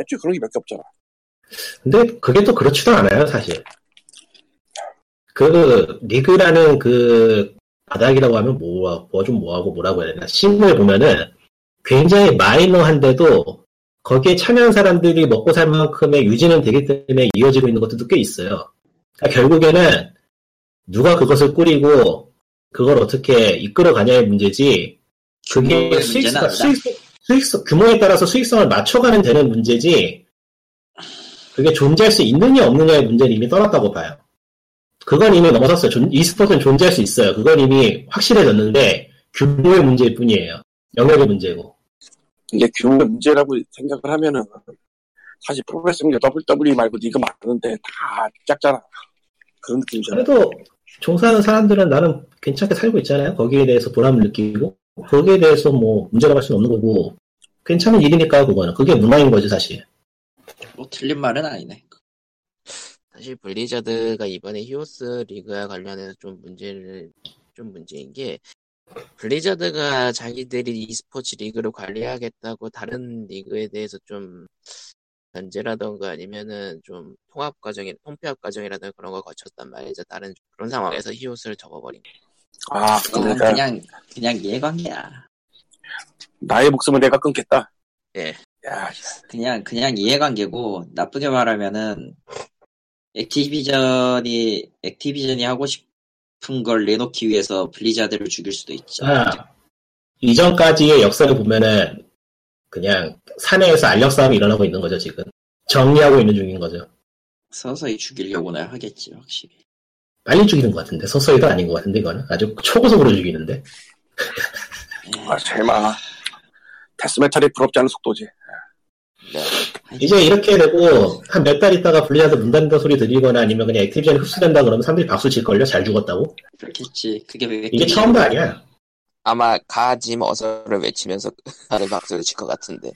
Speaker 4: 애초에 그런 게 몇 개 없잖아.
Speaker 3: 근데 그게 또 그렇지도 않아요 사실 그 리그라는 그 바닥이라고 하면 뭐 뭐 좀 뭐하고 뭐라고 해야 되나 신문을 보면은 굉장히 마이너한데도 거기에 참여한 사람들이 먹고 살 만큼의 유지는 되기 때문에 이어지고 있는 것들도 꽤 있어요. 그러니까 결국에는 누가 그것을 꾸리고 그걸 어떻게 이끌어가냐의 문제지 그게
Speaker 2: 규모의 문제는
Speaker 3: 수익성,
Speaker 2: 아니다.
Speaker 3: 수익성, 수익성, 규모에 따라서 수익성을 맞춰가는 되는 문제지, 그게 존재할 수 있느냐 없느냐의 문제는 이미 떠났다고 봐요. 그건 이미 넘어섰어요. 존- e스포츠는 존재할 수 있어요. 그건 이미 확실해졌는데, 규모의 문제일 뿐이에요. 영역의 문제고.
Speaker 4: 이게 규모의 문제라고 생각을 하면은 사실 프로레슬링 WWE 말고 이거 많은데 다 작잖아. 그런 느낌이잖아.
Speaker 3: 그래도 종사하는 사람들은 나는 괜찮게 살고 있잖아요. 거기에 대해서 보람을 느끼고, 거기에 대해서 뭐 문제라고 할 수는 없는 거고, 괜찮은 일이니까 그거는. 그게 문화인 거지, 사실.
Speaker 2: 뭐 틀린 말은 아니네.
Speaker 1: 사실 블리자드가 이번에 히오스 리그와 관련해서 좀 문제를 좀 문제인 게 블리자드가 자기들이 e스포츠 리그를 관리하겠다고 다른 리그에 대해서 좀 견제라던가 아니면은 좀 통합 과정이 통폐합 과정이라든가 그런 걸 거쳤단 말이죠. 다른 그런 상황에서 히오스를 접어버린 거.
Speaker 4: 아,
Speaker 2: 그건
Speaker 4: 그러니까
Speaker 2: 그냥 그냥 이해관계야.
Speaker 4: 나의 목숨을 내가 끊겠다.
Speaker 1: 예.
Speaker 4: 야,
Speaker 2: 그냥 그냥 이해관계고 나쁘게 말하면은 액티비전이 액티비전이 하고 싶은 걸 내놓기 위해서 블리자드를 죽일 수도 있죠.
Speaker 3: 아, 이전까지의 역사를 보면은 그냥 사내에서 알력 싸움이 일어나고 있는 거죠 지금 정리하고 있는 중인 거죠
Speaker 2: 서서히 죽이려고나 하겠지 확실히.
Speaker 3: 빨리 죽이는 것 같은데 서서히도 아닌 것 같은데 이거는 아주 초고속으로 죽이는데
Speaker 2: 예,
Speaker 4: 아, 설마. 데스메탈이 부럽지 않은 속도지.
Speaker 3: 이제 이렇게 되고 한 몇 달 있다가 블리자드 문 닫는다 소리 들리거나 아니면 그냥 액티비전이 흡수된다 그러면 사람들이 박수 칠걸요 잘 죽었다고
Speaker 2: 그렇겠지. 그게 왜
Speaker 3: 이게 처음도 아니야
Speaker 1: 아마 가짐 어서를 외치면서 다른 박수를 칠 것 같은데.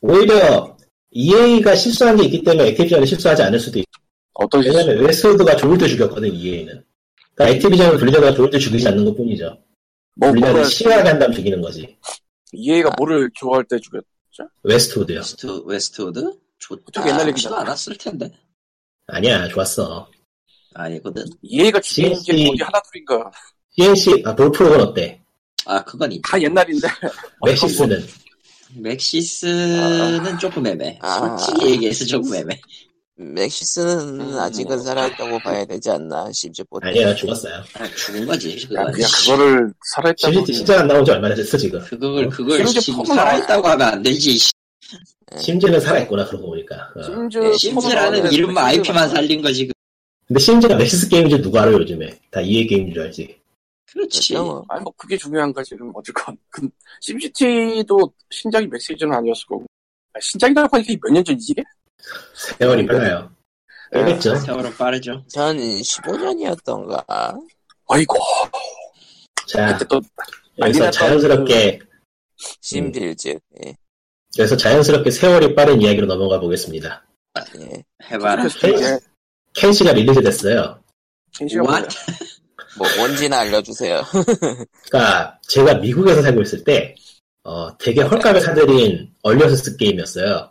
Speaker 3: 오히려 EA가 실수한 게 있기 때문에 액티비전이 실수하지 않을 수도 있어
Speaker 4: 어떤 시
Speaker 3: 왜냐면 웨스트우드가 좋을 때 죽였거든 EA는 그러니까 액티비전은 블리자드가 좋을 때 죽이지 않는 것 뿐이죠
Speaker 4: 뭐,
Speaker 3: 블리자드
Speaker 4: 뭐를,
Speaker 3: 싫어하게 한 다음 죽이는 거지
Speaker 4: 이해가 뭐를 좋아할 때 죽였,
Speaker 3: 웨스트우드요
Speaker 2: 웨스트 웨스트우드 좋다.
Speaker 4: 어떻게 옛날 얘기잖아.
Speaker 2: 좋지도 않았을 텐데.
Speaker 3: 아니야, 좋았어.
Speaker 2: 아니거든.
Speaker 4: 이해가 죽인 게
Speaker 3: CNC.
Speaker 4: 뭐지 하나둘인가.
Speaker 3: CNC, 아, 볼프로건 어때?
Speaker 2: 아 그건 있지.
Speaker 4: 다 옛날인데.
Speaker 3: 아,
Speaker 4: 아,
Speaker 3: 네, 맥시스는.
Speaker 2: 맥시스는 조금 애매.
Speaker 1: 아.
Speaker 2: 솔직히 얘기해서 조금 애매.
Speaker 1: 맥시스는
Speaker 2: 음,
Speaker 1: 아직은
Speaker 2: 뭐.
Speaker 1: 살아있다고 봐야 되지 않나 심지어 뭐 보통
Speaker 3: 아니야, 죽었어요.
Speaker 2: 아, 죽은 거지.
Speaker 4: 야,
Speaker 2: 그건.
Speaker 4: 그냥 그거를
Speaker 3: 심지,
Speaker 4: 살아있다고.
Speaker 3: 진짜 안 나온 지 얼마나 됐어, 지금.
Speaker 2: 그걸 그걸
Speaker 4: 심지어
Speaker 2: 지금
Speaker 4: 폼을
Speaker 2: 살아있다고 하면 안 되지.
Speaker 4: 어.
Speaker 3: 심지는 살아있구나, 그러고 보니까. 어.
Speaker 4: 네, 심지어
Speaker 2: 심즈라는
Speaker 1: 폼을
Speaker 2: 이름만
Speaker 1: 나오는
Speaker 2: IP만
Speaker 1: 거지.
Speaker 2: 살린 거지. 그-
Speaker 3: 근데 심지가 맥시스 게임인 줄 누가 알아, 요즘에. 다 EA 게임인 줄 알지.
Speaker 2: 그렇지.
Speaker 1: 그렇죠. 뭐.
Speaker 4: 아니 뭐 그게 중요한가 지금 어쨌건 그 심시티도 신작이 맥시즌은 아니었을 거고 아, 신작이라고 하니까 몇 년 전이지 이게? 아,
Speaker 3: 세월이 빨라요.
Speaker 4: 네.
Speaker 3: 알겠죠?
Speaker 2: 세월은 빠르죠.
Speaker 1: 전 15년이었던가
Speaker 4: 아이고
Speaker 3: 자,
Speaker 4: 그때 또
Speaker 3: 여기서
Speaker 4: 난리났던 그
Speaker 3: 자연스럽게, 음.
Speaker 1: 신빌즈 예,
Speaker 3: 그래서 자연스럽게 세월이 빠른 이야기로 넘어가 보겠습니다.
Speaker 1: 예.
Speaker 2: 해봐라.
Speaker 4: 예,
Speaker 3: 켄시가 릴리즈 됐어요.
Speaker 4: 켄시가
Speaker 2: What?
Speaker 4: 뭐냐.
Speaker 1: 뭐 뭔지는 알려주세요
Speaker 3: 그러니까 제가 미국에서 살고 있을 때, 어, 되게 헐값에 사들인 얼리어서스 게임이었어요.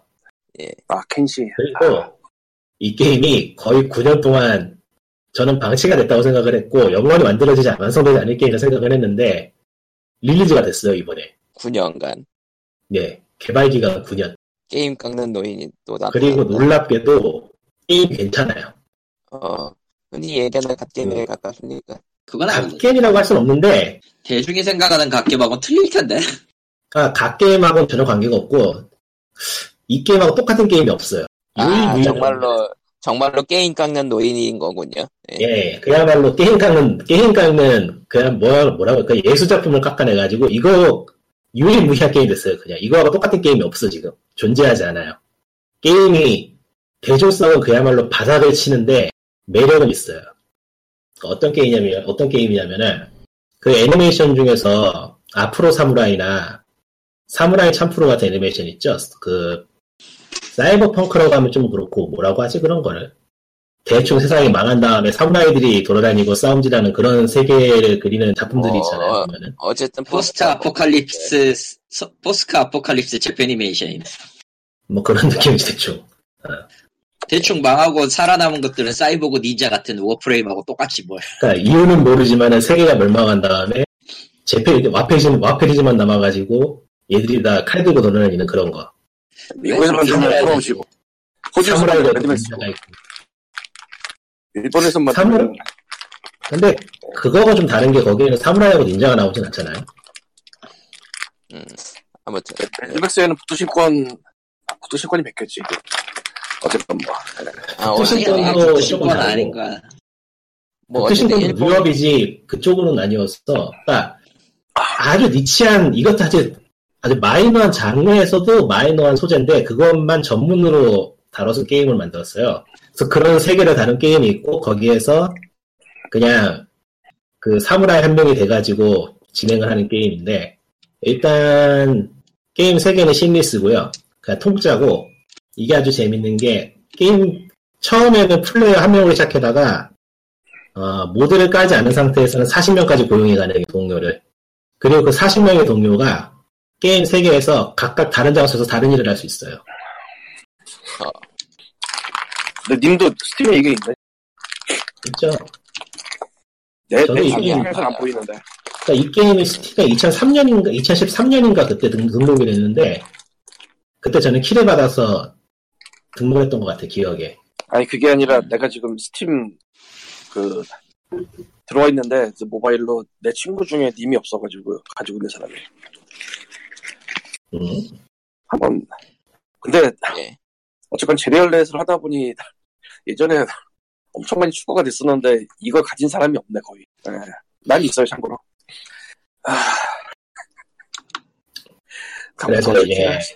Speaker 4: 아 켄시
Speaker 3: 그리고 이 게임이 거의 9년 동안 저는 방치가 됐다고 생각을 했고 영원히 만들어지지 않- 완성되지 않을 게임이라 생각을 했는데 릴리즈가 됐어요 이번에
Speaker 1: 9년간
Speaker 3: 네 개발 기간 9년
Speaker 1: 게임 깎는 노인이 또 나타났다
Speaker 3: 그리고 놀랍게도 게임 괜찮아요
Speaker 1: 어, 흔히 얘기하는 갓게임에 가깝습니까
Speaker 2: 그건
Speaker 1: 네.
Speaker 2: 아니지.
Speaker 3: 갓게임이라고 할 수는 없는데
Speaker 2: 대중이 생각하는 갓겜하고는 틀릴 텐데.
Speaker 3: 아, 갓게임하고는 전혀 관계가 없고 이 게임하고 똑같은 게임이 없어요
Speaker 1: 아
Speaker 3: 유일무이한-
Speaker 1: 정말로 정말로 게임 깎는 노인인 거군요 예.
Speaker 3: 예, 그야말로 게임 깎는, 게임 깎는, 그냥 뭐라, 뭐라고 할까, 예술작품을 깎아내가지고, 이거, 유일무이한 게임 됐어요, 그냥. 이거하고 똑같은 게임이 없어, 지금. 존재하지 않아요. 게임이, 대중성은 그야말로 바닥을 치는데, 매력은 있어요. 어떤 게임이냐면, 어떤 게임이냐면은, 그 애니메이션 중에서, 앞으로 사무라이나, 사무라이 참프로 같은 애니메이션 있죠? 그, 사이버 펑크라고 하면 좀 그렇고, 뭐라고 하지, 그런 거를. 대충 세상이 망한 다음에 사무라이들이 돌아다니고 싸움질하는 그런 세계를 그리는 작품들이 있잖아요.
Speaker 1: 어.
Speaker 3: 보면은.
Speaker 1: 어쨌든
Speaker 2: 포스트 아포칼립스 서- 포스트 아포칼립스 제 애니메이션이네.
Speaker 3: 뭐 그런 느낌이지 대충.
Speaker 2: 대충 망하고 살아남은 것들은 사이보그 닌자 같은 워프레임하고 똑같이 뭘.
Speaker 3: 그러니까 이유는 모르지만 세계가 멸망한 다음에 제페 와페리즘 와페리즘만 남아가지고 얘들이 다 칼 들고 돌아다니는 그런 거.
Speaker 4: 미국에서만
Speaker 2: 왜
Speaker 4: 맨날
Speaker 2: 사무라이들이-
Speaker 4: 돌아오시고 호주에서만
Speaker 3: 사무라이가
Speaker 4: 맨날
Speaker 3: 있고.
Speaker 4: 돌아오시고 일본에서만
Speaker 3: 사무라이-
Speaker 4: 맨날
Speaker 3: 근데 그거하고 좀 다른 게 거기에는 사무라이하고 닌자가 나오진 않잖아요.
Speaker 1: 음, 아무튼
Speaker 4: 일백수에는 부두신권 부두신권이 벗겼지. 어쨌든 뭐
Speaker 1: 아,
Speaker 3: 혹시
Speaker 1: 어쨌든
Speaker 3: 또-
Speaker 1: 일-
Speaker 3: 또
Speaker 2: 신권
Speaker 3: 신고
Speaker 2: 아닌가.
Speaker 1: 뭐
Speaker 3: 뜻이
Speaker 1: 어쨌든
Speaker 3: 건
Speaker 1: 일본
Speaker 3: 유럽이지 그쪽으로는 아니었어. 그러니까 아주 니치한 이것도 아주 아주 마이너한 장르에서도 마이너한 소재인데 그것만 전문으로 다뤄서 게임을 만들었어요. 그래서 그런 세계를 다룬 게임이 있고 거기에서 그냥 그 사무라이 한 명이 돼가지고 진행을 하는 게임인데 일단 게임 세계는 심리스고요. 그냥 통짜고 이게 아주 재밌는 게 게임 처음에는 플레이어 한 명으로 시작하다가 어, 모드를 까지 않은 상태에서는 40명까지 고용이 가능해, 동료를. 그리고 그 40명의 동료가 게임 세계에서 각각 다른 장소에서 다른 일을 할 수 있어요.
Speaker 4: 근데 님도 스팀에 이게 있네.
Speaker 3: 그죠?
Speaker 4: 내
Speaker 3: 저도
Speaker 4: 내
Speaker 3: 이게
Speaker 4: 방에서 안 보이는데.
Speaker 3: 그러니까 이 게임의 스티가 2003년인가, 2013년인가 그때 등, 등록이 됐는데, 그때 저는 키를 받아서 등록했던 것 같아요, 기억에.
Speaker 4: 아니 그게 아니라 내가 지금 스팀 그 들어와 있는데 그 모바일로 내 친구 중에 님이 없어가지고 가지고 있는 사람이
Speaker 3: 음.
Speaker 4: 한번 근데
Speaker 1: 예.
Speaker 4: 어쨌건 제리얼렛을 하다 보니 예전에 엄청 많이 추가가 됐었는데 이걸 가진 사람이 없네 거의 예. 난 있어요 참고로 아...
Speaker 3: 그래서
Speaker 4: 감사합니다.
Speaker 3: 이제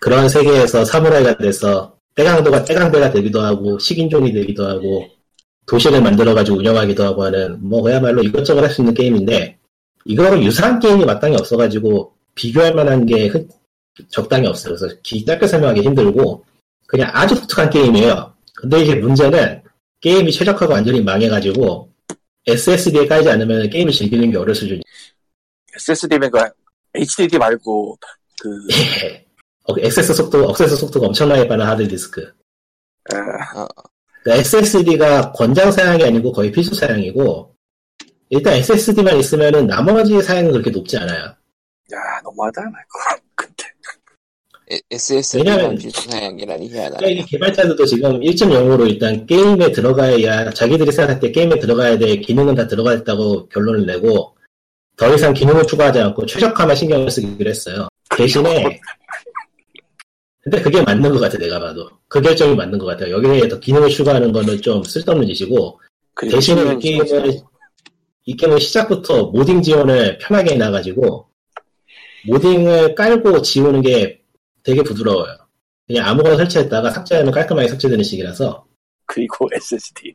Speaker 3: 그런 세계에서 사무라이가 돼서 떼강도가 떼강배가 되기도 하고 식인종이 되기도 하고 도시를 만들어가지고 운영하기도 하고 하는 뭐 그야말로 이것저것 할 수 있는 게임인데 이거랑 유사한 게임이 마땅히 없어가지고 비교할 만한 게 흔- 적당히 없어요. 그래서 기- 짧게 설명하기 힘들고 그냥 아주 독특한 게임이에요. 근데 이제 문제는 게임이 최적화가 완전히 망해가지고 SSD에 깔지 않으면 게임을 즐기는 게 어려울 수준이
Speaker 4: SSD 가 HDD 그 말고 그
Speaker 3: 예. 어, 액세스 속도, 액세스 속도가 엄청나게 빠른 하드디스크.
Speaker 4: 예.
Speaker 3: 그러니까 SSD가 권장 사양이 아니고 거의 필수 사양이고, 일단 SSD만 있으면은 나머지 사양은 그렇게 높지 않아요.
Speaker 4: 야 너무하다 말고 근데
Speaker 1: SSD만
Speaker 3: 왜냐면-
Speaker 1: 필수 사양이라니
Speaker 3: 그러니까
Speaker 1: 희한하네.
Speaker 3: 이게 개발자들도 지금 1.0으로 일단 게임에 들어가야, 자기들이 생각할 때 게임에 들어가야 될 기능은 다 들어가 있다고 결론을 내고, 더 이상 기능을 추가하지 않고 최적화만 신경을 쓰기로 했어요. 대신에, 근데 그게 맞는 것 같아, 내가 봐도. 그 결정이 맞는 것 같아요. 여기에 더 기능을 추가하는 거는 좀 쓸데없는 짓이고,
Speaker 4: 그리고
Speaker 3: 대신에 이
Speaker 4: 신경 예, 쓰지
Speaker 3: 게임은 이 게임은 시작부터 모딩 지원을 편하게 해놔가지고 모딩을 깔고 지우는 게 되게 부드러워요. 그냥 아무거나 설치했다가 삭제하면 깔끔하게 삭제되는 식이라서
Speaker 4: 그리고 SSD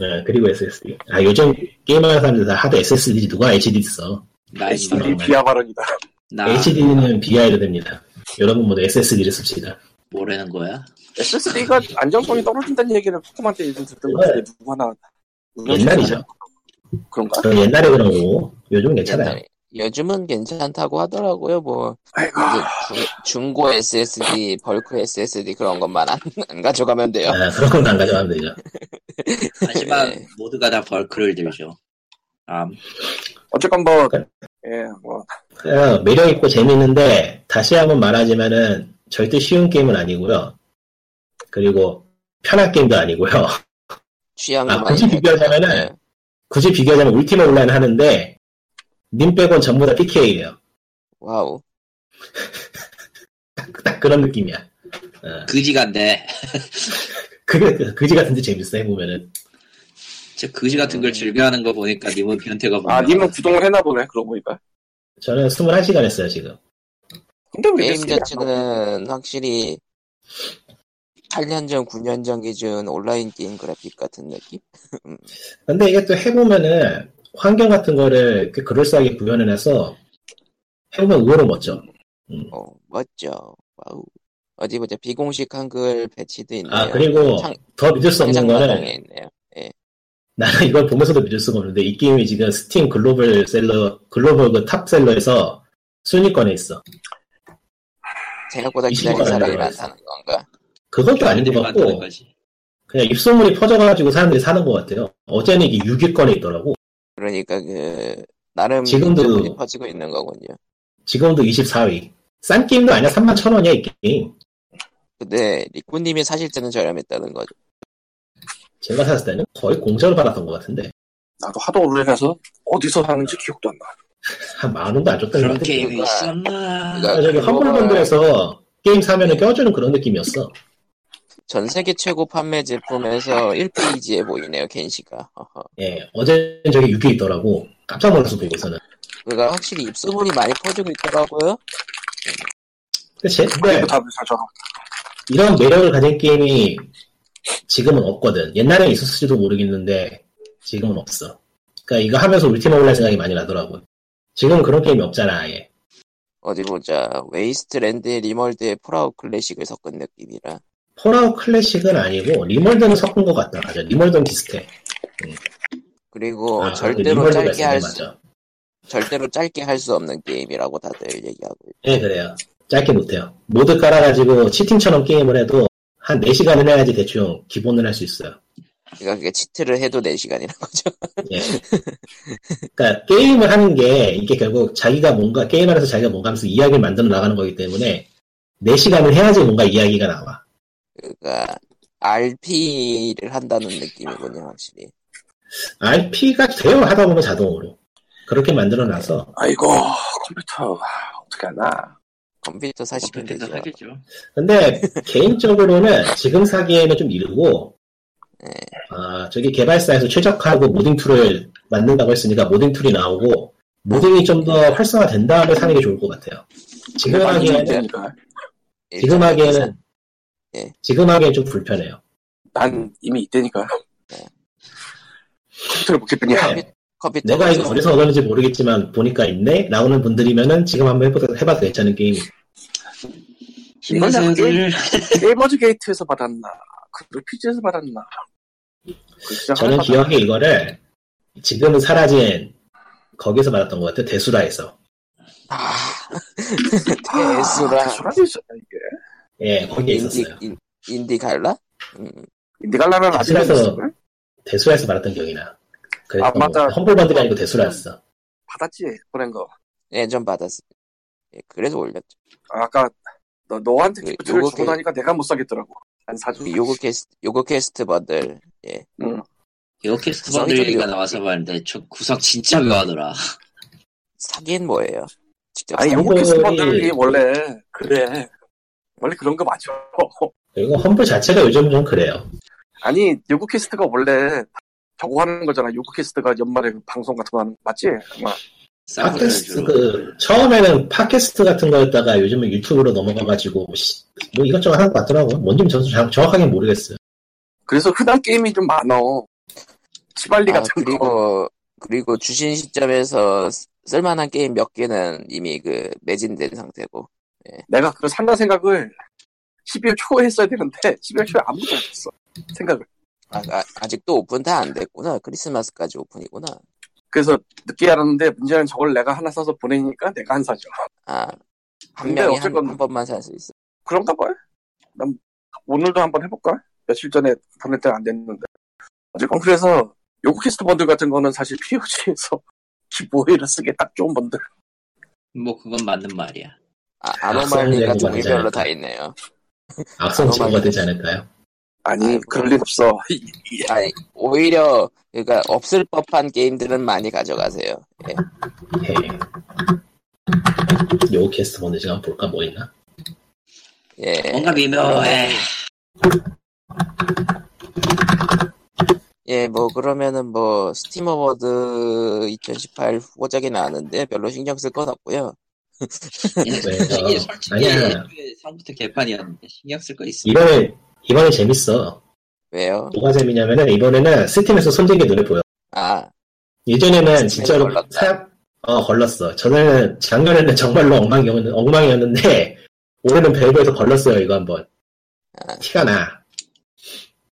Speaker 3: 예, 그리고 SSD. 아 요즘 게임하는 사람들 다 하드 SSD지 누가 HD 써?
Speaker 2: 나,
Speaker 4: HD
Speaker 3: 그러네. 네.
Speaker 4: 비하 발언이다
Speaker 1: 아.
Speaker 2: 나
Speaker 3: HD는 BI로 됩니다. 여러분 모두 SSD를 씁시다.
Speaker 2: 뭐라는 거야?
Speaker 4: SSD가 안정성이 떨어진다는 얘기를 포코만 때 예전 듣던 것 같은데 누구 하나
Speaker 1: 그렇죠.
Speaker 3: 옛날이죠.
Speaker 4: 그런가?
Speaker 3: 그럼 옛날에 그런 거고 요즘은 괜찮아요.
Speaker 1: 옛날에. 네. 요즘은 괜찮다고 하더라고요. 뭐
Speaker 4: 아이고
Speaker 1: 이제 중- 중고 SSD, 벌크 SSD 그런 것만 안, 안 가져가면 돼요.
Speaker 3: 아, 그런 건 안 가져가면 되죠.
Speaker 2: 하지만
Speaker 1: 네.
Speaker 2: 모두가 다 벌크를 들죠. 아,
Speaker 4: 어쨌건 뭐
Speaker 3: 그러니까.
Speaker 4: 예, 뭐,
Speaker 3: 어, 매력 있고 재밌는데 다시 한번 말하지만은 절대 쉬운 게임은 아니고요. 그리고 편한 게임도 아니고요.
Speaker 1: 취향도 네.
Speaker 3: 아,
Speaker 1: 많이
Speaker 3: 굳이 비교하자면은
Speaker 1: 달라요.
Speaker 3: 굳이 비교하자면 울티마 온라인 하는데 님 빼곤 전부 다 PK예요.
Speaker 1: 와우.
Speaker 3: 딱 그런 느낌이야. 어,
Speaker 2: 그지 같네.
Speaker 3: 그게 그- 그지 같은데 재밌어 해보면은
Speaker 2: 저 그지 같은 걸 즐겨하는 거 보니까 님은 변태가 보네.
Speaker 4: 아, 님은 구동을 해나 보네, 그러고 보니까.
Speaker 3: 저는 21시간 했어요 지금.
Speaker 4: 근데 왜
Speaker 1: 게임
Speaker 4: SSD 가 안 나오지?
Speaker 1: 자체는 확실히 8년 전, 9년 전 기준 온라인 게임 그래픽 같은 느낌?
Speaker 3: 근데 이게 또 해보면은 환경 같은 거를 꽤 그럴싸하게 구현을 해서 해보면 의외로 멋져.
Speaker 1: 어, 멋져. 와우. 어디 보자. 비공식 한글 배치도 있네요.
Speaker 3: 아 그리고
Speaker 1: 창-
Speaker 3: 더 믿을 수 없는 거는
Speaker 1: 창작마당에 있네요.
Speaker 3: 나는 이걸 보면서도 믿을 수가 없는데 이 게임이 지금 스팀 글로벌 셀러 글로벌 그 탑셀러에서 순위권에 있어.
Speaker 1: 생각보다
Speaker 3: 이
Speaker 1: 기다린
Speaker 3: 시간을
Speaker 1: 사람이
Speaker 3: 알아봤어.
Speaker 1: 많다는 건가?
Speaker 3: 그것도 아닌 것
Speaker 2: 만드는
Speaker 3: 같고
Speaker 2: 거지.
Speaker 3: 그냥 입소문이 퍼져가지고 사람들이 사는 것 같아요. 어제는 이게 6위권에 있더라고.
Speaker 1: 그러니까 그 나름
Speaker 3: 지금도-
Speaker 1: 입소문이 퍼지고 있는 거군요.
Speaker 3: 지금도 24위. 싼 게임도 아니야. 3만 천 원이야 이 게임.
Speaker 1: 근데 리꾸님이 사실 때는 저렴했다는 거죠.
Speaker 3: 제가 샀을 때는 거의 공짜로 받았던 것 같은데.
Speaker 4: 나도 하도 오래가서 어디서 하는지 기억도 안 나.
Speaker 3: 한 만 원도 안 줬던 것
Speaker 2: 그런
Speaker 3: 같아.
Speaker 2: 게임이 있었나?
Speaker 4: 그러니까-
Speaker 3: 아, 저기
Speaker 4: 그거-
Speaker 3: 환불본드에서 게임 사면은 껴주는 그런 느낌이었어.
Speaker 1: 전 세계 최고 판매 제품에서 1페이지에 보이네요, 겐시가. 허허.
Speaker 3: 예, 어제 저기 6위 있더라고. 깜짝 놀라서 보고서는.
Speaker 1: 그러니까 확실히 입소문이 많이 퍼지고 있더라고요.
Speaker 3: 그치? 근데
Speaker 4: 그리고 답을 사줘.
Speaker 3: 이런 매력을 가진 게임이 지금은 없거든. 옛날에 있었을지도 모르겠는데 지금은 없어. 그러니까 이거 하면서 울티마 온라인 생각이 많이 나더라고. 지금은 그런 게임이 없잖아, 아예.
Speaker 1: 어디 보자. 웨이스트랜드의 리멀드의 폴아웃 클래식을 섞은 느낌이라.
Speaker 3: 폴아웃 클래식은 아니고 리멀드는 섞은 것 같다. 맞아. 리멀드는 비슷해.
Speaker 1: 그리고
Speaker 3: 아,
Speaker 1: 어, 절대로
Speaker 3: 리멀드가
Speaker 1: 짧게
Speaker 3: 있었네,
Speaker 1: 할 수,
Speaker 3: 맞아.
Speaker 1: 절대로 짧게 할 수 없는 게임이라고 다들 얘기하고 있-
Speaker 3: 예, 그래요. 짧게 못해요. 모드 깔아가지고 치팅처럼 게임을 해도 한 4시간은 해야지 대충 기본을 할 수 있어요.
Speaker 1: 그러니까 그게 치트를 해도 4시간이라는 거죠.
Speaker 3: 예. 그러니까 게임을 하는 게 이게 결국 자기가 뭔가 게임 안에서 자기가 뭔가 하면서 이야기를 만들어 나가는 거기 때문에 4시간을 해야지 뭔가 이야기가 나와.
Speaker 1: 그러니까 RP를 한다는 느낌이군요, 확실히.
Speaker 3: RP가 돼요 하다 보면 자동으로. 그렇게 만들어 놔서.
Speaker 4: 아이고 컴퓨터 아, 어떻게 하나?
Speaker 1: 컴퓨터 사시면
Speaker 2: 어떻게든
Speaker 1: 되죠.
Speaker 2: 하겠죠.
Speaker 3: 근데 개인적으로는 지금 사기에는 좀 이르고
Speaker 1: 네.
Speaker 3: 아, 저기 개발사에서 최적화하고 모딩 툴을 만든다고 했으니까 모딩 툴이 나오고 모딩이 좀 더 활성화된 다음에 사는 게 좋을 것 같아요. 지금 하기에는
Speaker 1: 완전
Speaker 4: 이걸.
Speaker 3: 지금 하기에는
Speaker 1: 일정한
Speaker 4: 네.
Speaker 1: 예.
Speaker 3: 지금 하기엔 좀 불편해요.
Speaker 4: 난 이미 이때니까.
Speaker 1: 네.
Speaker 4: 컴퓨터를 못했뿐이야
Speaker 1: 컴퓨- 컴퓨터
Speaker 3: 네. 내가 이거
Speaker 1: 사시면-
Speaker 3: 어디서 얻었는지 모르겠지만 보니까 있네 나오는 분들이면은 지금 한번 해봐도, 해봐도 괜찮은 게임.
Speaker 4: 이건
Speaker 2: 힘내세요들.
Speaker 4: 게이머즈 게이트에서 받았나? 그걸 피지에서 받았나? 그 진짜
Speaker 3: 저는
Speaker 4: 하나
Speaker 3: 기억에 이거를 지금은 사라진 거기서 받았던 것 같아요. 대수라에서.
Speaker 1: 아,
Speaker 4: 받았나?
Speaker 1: 대수라.
Speaker 4: 아, 대수라도 있었나 이게?
Speaker 3: 예,
Speaker 4: 음,
Speaker 3: 거기에
Speaker 1: 인디,
Speaker 3: 있었어요.
Speaker 1: 인, 인디 갈라? 음,
Speaker 4: 인디갈라면 아직 안
Speaker 3: 대수라에서-
Speaker 4: 있었을걸?
Speaker 3: 대수라에서 받았던 기억이 나. 그래서
Speaker 4: 아, 맞다.
Speaker 3: 험블번드가 아니고 대수라였어.
Speaker 4: 받았지 보낸 거.
Speaker 1: 예, 좀 받았습니다. 예, 그래서 올렸죠.
Speaker 4: 아, 아까 너, 너한테
Speaker 1: 그
Speaker 4: 기프트를
Speaker 1: 요거
Speaker 4: 주고
Speaker 1: 게-
Speaker 4: 나니까 내가 못 사겠더라고. 안 사줘.
Speaker 1: 그 요거 캐스트, 요거 캐스트 번들. 예.
Speaker 2: 요캐스트
Speaker 1: 구성이
Speaker 2: 번들
Speaker 1: 좀
Speaker 2: 얘기가
Speaker 1: 묘-
Speaker 2: 나와서 봤는데 저 구석 진짜 묘하더라.
Speaker 1: 사기엔 뭐예요? 직접
Speaker 4: 아니
Speaker 1: 사기-
Speaker 3: 요거-
Speaker 4: 요거캐스트
Speaker 3: 선물이-
Speaker 4: 번들이 원래 그래. 원래 그런 거 맞죠.
Speaker 3: 그리고 험블 자체가 요즘 좀 그래요.
Speaker 4: 음, 아니 요거캐스트가 원래 저거 하는 거잖아. 요거캐스트가 연말에 그 방송 같은 거 하는 거 맞지? 아마
Speaker 2: 싸구려
Speaker 3: 팟캐스트
Speaker 2: 주로.
Speaker 3: 그 처음에는 팟캐스트 같은 거였다가 요즘은 유튜브로 넘어가가지고 씨, 뭐 이것저것 하는 것 같더라고. 뭔지 저도 자- 정확하게 모르겠어요.
Speaker 4: 그래서 흔한 게임이 좀 많어. 치발리
Speaker 1: 아,
Speaker 4: 같은 거.
Speaker 1: 그리고, 그리고 주신 시점에서 쓰- 쓸만한 게임 몇 개는 이미 그 매진된 상태고.
Speaker 4: 내가 그걸 산다 생각을 12월 초에 했어야 되는데 12월 초에 아무도 못했어. 생각을.
Speaker 1: 아, 직도 오픈 다 안 됐구나. 크리스마스까지 오픈이구나.
Speaker 4: 그래서 늦게 알았는데 문제는 저걸 내가 하나 사서 보내니까 내가 안 사죠.
Speaker 1: 아, 한
Speaker 4: 근데
Speaker 1: 명이 한,
Speaker 4: 어쨌건-
Speaker 1: 한 번만 살 수 있어.
Speaker 4: 그런가 봐요. 난 오늘도 한번 해볼까? 며칠 전에 보낼 때안 됐는데. 어쨌건 그래서 요구캐스트 번들 같은 거는 사실 POG에서 기보이를 쓰기 딱 좋은 번들.
Speaker 2: 뭐 그건 맞는 말이야.
Speaker 1: 아,
Speaker 3: 아,
Speaker 1: 아노말리가
Speaker 3: 썰리는
Speaker 1: 종류별로
Speaker 3: 거잖아요.
Speaker 1: 다 있네요.
Speaker 4: 아,
Speaker 3: 악성 친구가
Speaker 1: 넘어가겠지.
Speaker 3: 되지 않을까요?
Speaker 4: 아니
Speaker 1: 아이고.
Speaker 4: 그럴 일 없어. 이- 이-
Speaker 1: 아니, 오히려, 그러니까 없을 법한 게임들은 많이 가져가세요. 예.
Speaker 3: 예. 요 캐스트 번드 지금 한번 볼까 뭐 있나?
Speaker 1: 예.
Speaker 2: 뭔가 미묘해.
Speaker 3: 네.
Speaker 1: 예, 뭐, 그러면은 뭐, 스팀 어워드 2018 후보작이 나왔는데 별로 신경 쓸 건 없고요
Speaker 2: 이게 솔직히
Speaker 3: 네. 어, 아니야.
Speaker 2: 애초에 처음부터 개판이었는데 신경 쓸 거 있어.
Speaker 3: 이번에 이번에 재밌어.
Speaker 1: 왜요?
Speaker 3: 뭐가 재미냐면은 이번에는 스팀에서 손진게 눈에 보여.
Speaker 1: 아,
Speaker 3: 예전에는 진짜로
Speaker 1: 걸렸다.
Speaker 3: 사, 어 걸렸어. 전에는 작년에는 정말로 엉망이었는, 엉망이었는데 올해는 별거에서 걸렸어요 이거 한번.
Speaker 1: 아.
Speaker 3: 티가 나.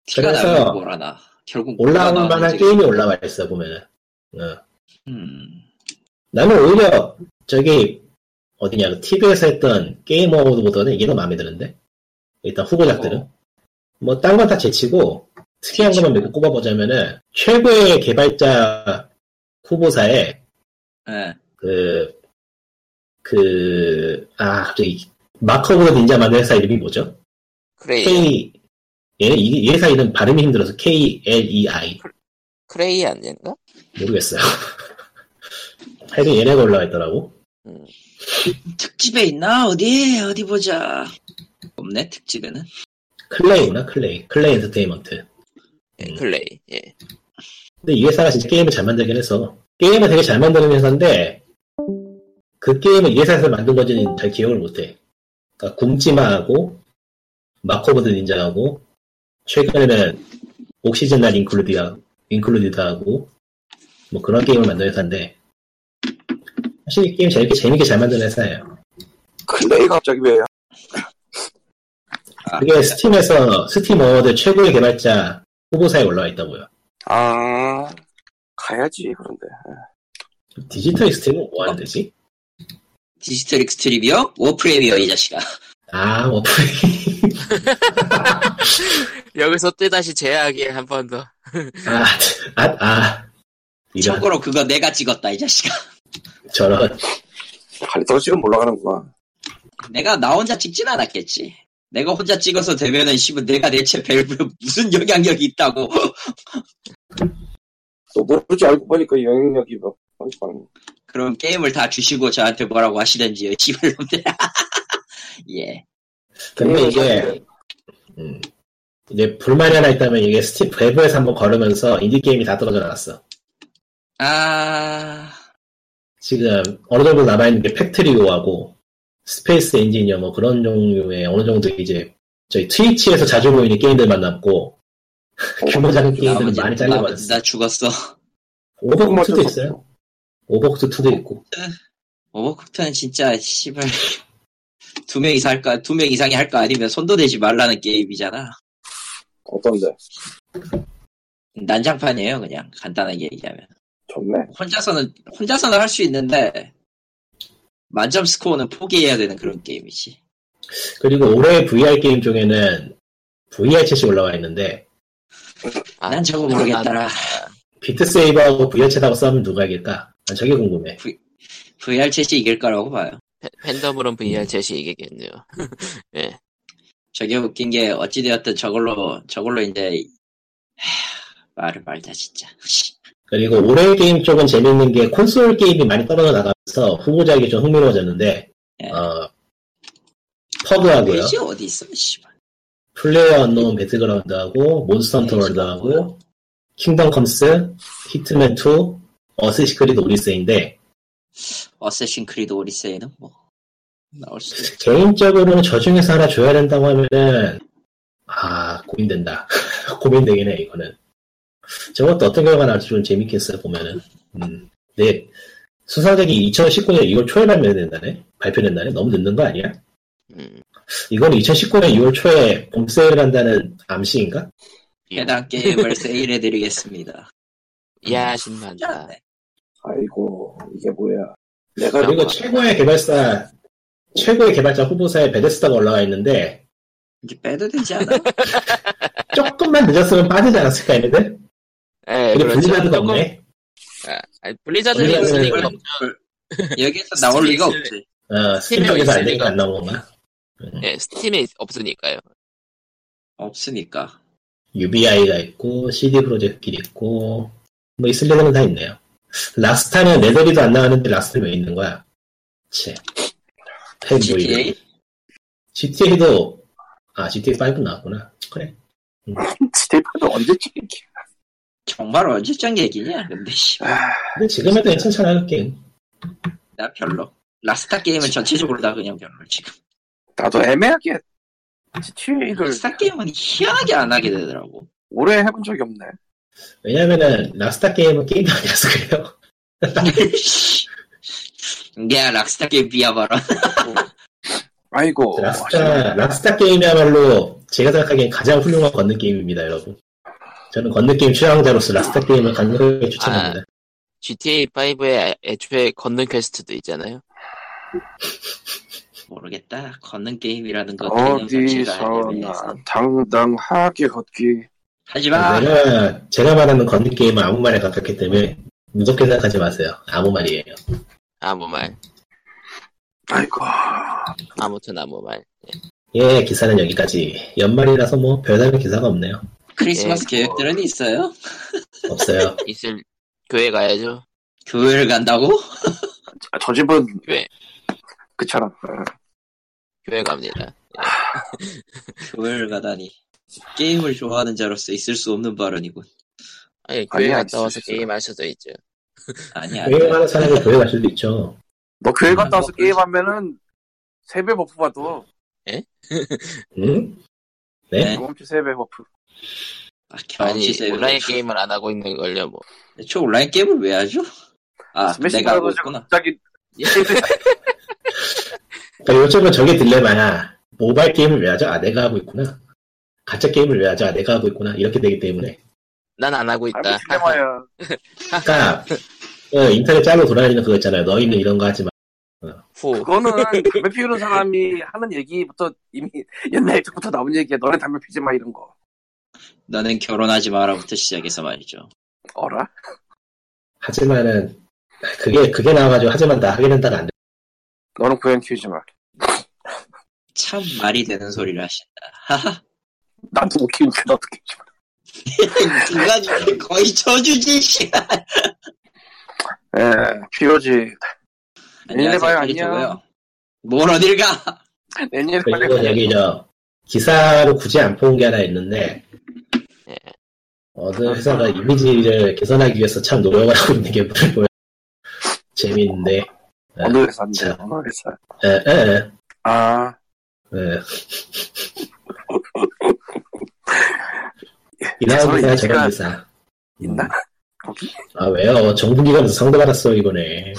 Speaker 2: 티가
Speaker 3: 그래서
Speaker 2: 나면 뭐라나. 결국
Speaker 3: 올라올
Speaker 2: 뭐가
Speaker 3: 만한
Speaker 2: 나오는지.
Speaker 3: 게임이 올라와 있어 보면은. 어.
Speaker 2: 음.
Speaker 3: 나는 오히려 저기 어디냐 그 TV에서 했던 게임 어워드보다는 이게 더 마음에 드는데 일단 후보작들은
Speaker 2: 어.
Speaker 3: 뭐 딴 건 다 제치고 특이한 것만 몇 개 꼽아보자면은 최고의 개발자 후보사에
Speaker 2: 예.
Speaker 3: 그, 그, 아, 갑자기, 마커보드 닌자 만든 회사 이름이 뭐죠?
Speaker 1: 크레이,
Speaker 3: K, 얘, 이, 이 회사 이름 발음이 E 힘들어서 KLEI.
Speaker 1: 크레이 아닌가?
Speaker 3: 모르겠어요. 하여튼 얘네가 올라와 있더라고.
Speaker 2: 특집에 있나? 어디? 어디 보자. 없네, 특집에는.
Speaker 3: 클레이구나, 클레이. 클레이 엔터테인먼트.
Speaker 1: 예, 클레이. 예.
Speaker 3: 근데 이 회사가 진짜 게임을 잘 만들긴 해서. 게임을 되게 잘 만드는 회사인데, 그 게임을 이 회사에서 만든 건지는 잘 기억을 못해. 그러니까 굶지마하고, 마코보드 닌자하고, 최근에는 옥시즌 날 인클루디아, 인클루디드하고, 뭐 그런 게임을 만든 회사인데, 사실 이 게임 재밌게, 재밌게 잘 만드는 회사예요.
Speaker 4: 클레이 갑자기 왜요?
Speaker 2: 아,
Speaker 3: 그게 스팀에서, 스팀 어워드 최고의 개발자 후보사에 올라와 있다고요.
Speaker 4: 아 가야지 그런데
Speaker 3: 디지털 익스트림은 뭐 하는 데지?
Speaker 2: 디지털 익스트리비어? 워프레미어, 이 자식아.
Speaker 3: 아, 워프레임.
Speaker 1: 여기서 또다시 제약이 한 번 더.
Speaker 3: 아, 아, 아. 이런,
Speaker 2: 참고로 그거 내가 찍었다, 이 자식아.
Speaker 3: 저런.
Speaker 4: 갈리타고 지금 올라가는구나.
Speaker 2: 내가 나 혼자 찍진 않았겠지. 내가 혼자 찍어서 되면은, 씨발, 내가 대체 밸브에 무슨 영향력이 있다고.
Speaker 4: 또 모르지 알고 보니까 영향력이 뭐, 막 빵빵.
Speaker 2: 그럼 게임을 다 주시고 저한테 뭐라고 하시든지요, 씨발 놈들아. 예.
Speaker 3: 근데 이게, 음, 이제 불만이 하나 있다면 이게 스팀 외부에서 한번 걸으면서 인디게임이 다 떨어져 나갔어.
Speaker 2: 아,
Speaker 3: 지금 어느 정도 남아있는 게 팩트리오하고 스페이스 엔지니어 뭐 그런 종류의 어느 정도 이제 저희 트위치에서 자주 보이는 게임들만 남고 규모 작은 게임들은
Speaker 2: 나머지
Speaker 3: 많이
Speaker 2: 나머지
Speaker 3: 잘려버렸어.
Speaker 2: 나 죽었어.
Speaker 3: 오버쿡트도 있어요. 오버쿡트2도 있고.
Speaker 2: 오버쿡트는 진짜 씨발 두 명 이상 할까 두 명 이상이 할 거 아니면 손도 대지 말라는 게임이잖아.
Speaker 4: 어떤데?
Speaker 2: 난장판이에요, 그냥 간단하게 얘기하면.
Speaker 4: 좋네.
Speaker 2: 혼자서는 혼자서는 할 수 있는데 만점 스코어는 포기해야 되는 그런 게임이지.
Speaker 3: 그리고 올해 VR 게임 중에는 VR 챗이 올라와 있는데
Speaker 1: 아,
Speaker 2: 난 저거
Speaker 1: 난-
Speaker 2: 모르겠더라.
Speaker 3: 비트세이버하고 VR챗하고 싸우면 누가 이길까? 난 저게 궁금해.
Speaker 2: VR 챗이 이길 거라고 봐요.
Speaker 1: 팬- 팬덤으론 VR 제시 이기겠네요. 예.
Speaker 2: 저게 웃긴 게 어찌되었든 저걸로 저걸로 이제 하, 말을 말자 진짜.
Speaker 3: 그리고 올해 게임 쪽은 재밌는 게 콘솔 게임이 많이 떨어져 나가면서 후보작이 좀 흥미로워졌는데,
Speaker 2: 예.
Speaker 3: 어, 퍼그하고요.
Speaker 2: 그지 어디 있어, 씨발.
Speaker 3: 플레이어 언노운 배틀그라운드하고 몬스터
Speaker 2: 네,
Speaker 3: 헌터 월드하고 킹덤 컴스, 히트맨 2, 어쌔신 크리드 오리세인데
Speaker 2: 어쌔신 크리드 오리세이는 뭐 나올 수도 있
Speaker 3: 개인적으로는 저 중에서 하나 줘야 된다고 하면은 아 고민된다. 고민되긴 해 이거는. 저것도 어떤 결과가 나올지 좀 재밌겠어요 보면은. 음. 네. 수상작이 2019년 2월 초에 발매된 날에 발표된 날에 너무 늦는 거 아니야?
Speaker 1: 음,
Speaker 3: 이건 2019년 2월 초에 봄세일을 한다는 암시인가?
Speaker 2: 해당 게임을 세일해드리겠습니다.
Speaker 1: 이야 신난다.
Speaker 4: 아이고 이게 뭐야? 내가
Speaker 1: 야,
Speaker 3: 그리고
Speaker 1: 뭐.
Speaker 3: 최고의 개발사 최고의 개발자 후보사에 베데스다가 올라와 있는데
Speaker 2: 이제 빼도 되지 않아?
Speaker 3: 조금만 늦었으면 빠지지 않았을까 했는데
Speaker 1: 예,
Speaker 3: 근데
Speaker 1: 그렇죠.
Speaker 3: 블리자드가
Speaker 1: 조금-
Speaker 3: 없네.
Speaker 1: 아니, 블리자드는 있을
Speaker 3: 블리자드는
Speaker 1: 리가
Speaker 3: 원래-
Speaker 1: 없죠.
Speaker 2: 여기서 나올 리가
Speaker 1: 스트리트.
Speaker 2: 없지.
Speaker 3: 어, 스팀
Speaker 1: 스팀에
Speaker 3: 쪽에서 안
Speaker 1: 있으니까.
Speaker 3: 되니까 안 나온 건가?
Speaker 1: 예, 스팀에 있- 없으니까요.
Speaker 2: 없으니까.
Speaker 3: UBI가 있고, CD 프로젝트끼리 있고, 뭐 있을 데는 다 있네요. 락스타는 레더리도 안 나왔는데 락스타는 왜 있는 거야? 치. 팬 모임.
Speaker 2: GTA?
Speaker 3: GTA도, 아, GTA5 나왔구나. 그래.
Speaker 4: 스테이프도 언제 찍기?
Speaker 2: 정말 언제적 얘기냐? 근데 씨,
Speaker 4: 아,
Speaker 3: 근데 지금 해도 괜찮잖아, 그 게임.
Speaker 2: 나 별로. 라스타 게임은 전체적으로 다 그냥 별로 지금.
Speaker 4: 나도 애매하게 GTA를
Speaker 2: 라스타 게임은 희한하게 안 하게 되더라고.
Speaker 4: 오래 해본 적이 없네.
Speaker 3: 왜냐면은, 락스타 게임은 게임이 아니라서 그래요.
Speaker 2: 야 락스타 게임 비하바라.
Speaker 4: 아이고.
Speaker 3: 락스타, 락스타 게임이야말로, 제가 생각하기엔 가장 훌륭한 걷는 게임입니다, 여러분. 저는 걷는 게임 취향자로서 락스타 게임을 강력하게 추천합니다.
Speaker 1: GTA 5에 애초에 걷는 퀘스트도 있잖아요.
Speaker 2: 모르겠다. 걷는 게임이라는 것
Speaker 4: 어디서나 당당하게 걷기.
Speaker 2: 하지마.
Speaker 3: 내가 제가 말하는 건드 게임은 아무 말에 가깝기 때문에 무섭게 생각하지 마세요. 아무 말이에요.
Speaker 1: 아무
Speaker 4: 음.
Speaker 1: 말,
Speaker 4: 아이고.
Speaker 1: 아무튼 아무 말.
Speaker 3: 예, 기사는 여기까지. 연말이라서 뭐 별다른 기사가 없네요.
Speaker 2: 크리스마스
Speaker 1: 예,
Speaker 2: 계획들은 있어요?
Speaker 3: 없어요.
Speaker 1: 있을 교회 가야죠.
Speaker 2: 교회를 간다고?
Speaker 4: 아, 저 집은
Speaker 1: 왜?
Speaker 4: 그처럼 어.
Speaker 1: 교회 갑니다.
Speaker 2: 교회를 가다니. 게임을 좋아하는 자로서 있을 수 없는 발언이군.
Speaker 1: 아니, 교회
Speaker 4: 아니야,
Speaker 1: 갔다 와서
Speaker 4: 진짜.
Speaker 1: 게임 하셔도 있죠.
Speaker 2: 아니야.
Speaker 3: 교회 가는 사람이 교회 갈 수도 있죠.
Speaker 4: 너 교회 갔다 와서
Speaker 2: 음,
Speaker 4: 게임하면은 세배 버프 받아
Speaker 3: 응? 네?
Speaker 2: 네.
Speaker 4: 경험치 세배 버프
Speaker 2: 아,
Speaker 1: 아니,
Speaker 2: 경험치 세이브.
Speaker 1: 온라인 게임을 안 하고 있는 걸요, 뭐.
Speaker 2: 저 온라인 게임을 왜 하죠? 아,
Speaker 4: 스매싱
Speaker 2: 내가 하고
Speaker 4: 브라더즈
Speaker 2: 있구나.
Speaker 4: 갑자기
Speaker 3: 그러니까 요즘은 저게 딜레마야. 모바일 게임을 왜 하죠? 아, 내가 하고 있구나. 가짜 게임을 왜 하죠? 아, 내가 하고 있구나. 이렇게 되기 때문에.
Speaker 1: 난 안 하고 있다.
Speaker 4: 알고 딜레마야
Speaker 3: 그러니까 어, 인터넷 짤로 돌아다니는 그거 있잖아요. 너희는 이런 거 하지 마.
Speaker 1: 후.
Speaker 4: 그거는 담배 피우는 사람이 하는 얘기부터 이미 옛날 부터 나온 얘기야 너네 담배 피지 마 이런 거
Speaker 2: 너는 결혼하지 마라부터 시작해서 말이죠.
Speaker 4: 어라?
Speaker 3: 하지만은 그게 그게 나와가지고 하지만 나 하게 된다가 안 돼.
Speaker 4: 너는 고양 키우지 마
Speaker 2: 참 말이 되는 소리를 하신다. 하하.
Speaker 4: 나도 못 키우니까 나도 키우지
Speaker 2: 인간이 거의 저주지, 씨.
Speaker 4: 마 예, 피우지 내년에 봐요, 안녕.
Speaker 2: 캐릭터고요. 뭘 어딜 가?
Speaker 4: 내년에 빨리
Speaker 3: 그리고
Speaker 4: 가자
Speaker 3: 여기 저 기사로 굳이 안 뽑은 게 하나 있는데
Speaker 1: 예.
Speaker 3: 어느 회사가 이미지를 개선하기 위해서 참 노력을 하고 있는 게 보여. 재미있는데.
Speaker 4: 어느 회사인데
Speaker 3: 자.
Speaker 4: 어느 회사
Speaker 3: 에, 에, 에.
Speaker 4: 아
Speaker 3: 예. 이나와 기사 저런 기사. 음.
Speaker 4: 있나? 거기?
Speaker 3: 아 왜요? 정부기관에서 상도 받았어 이번에.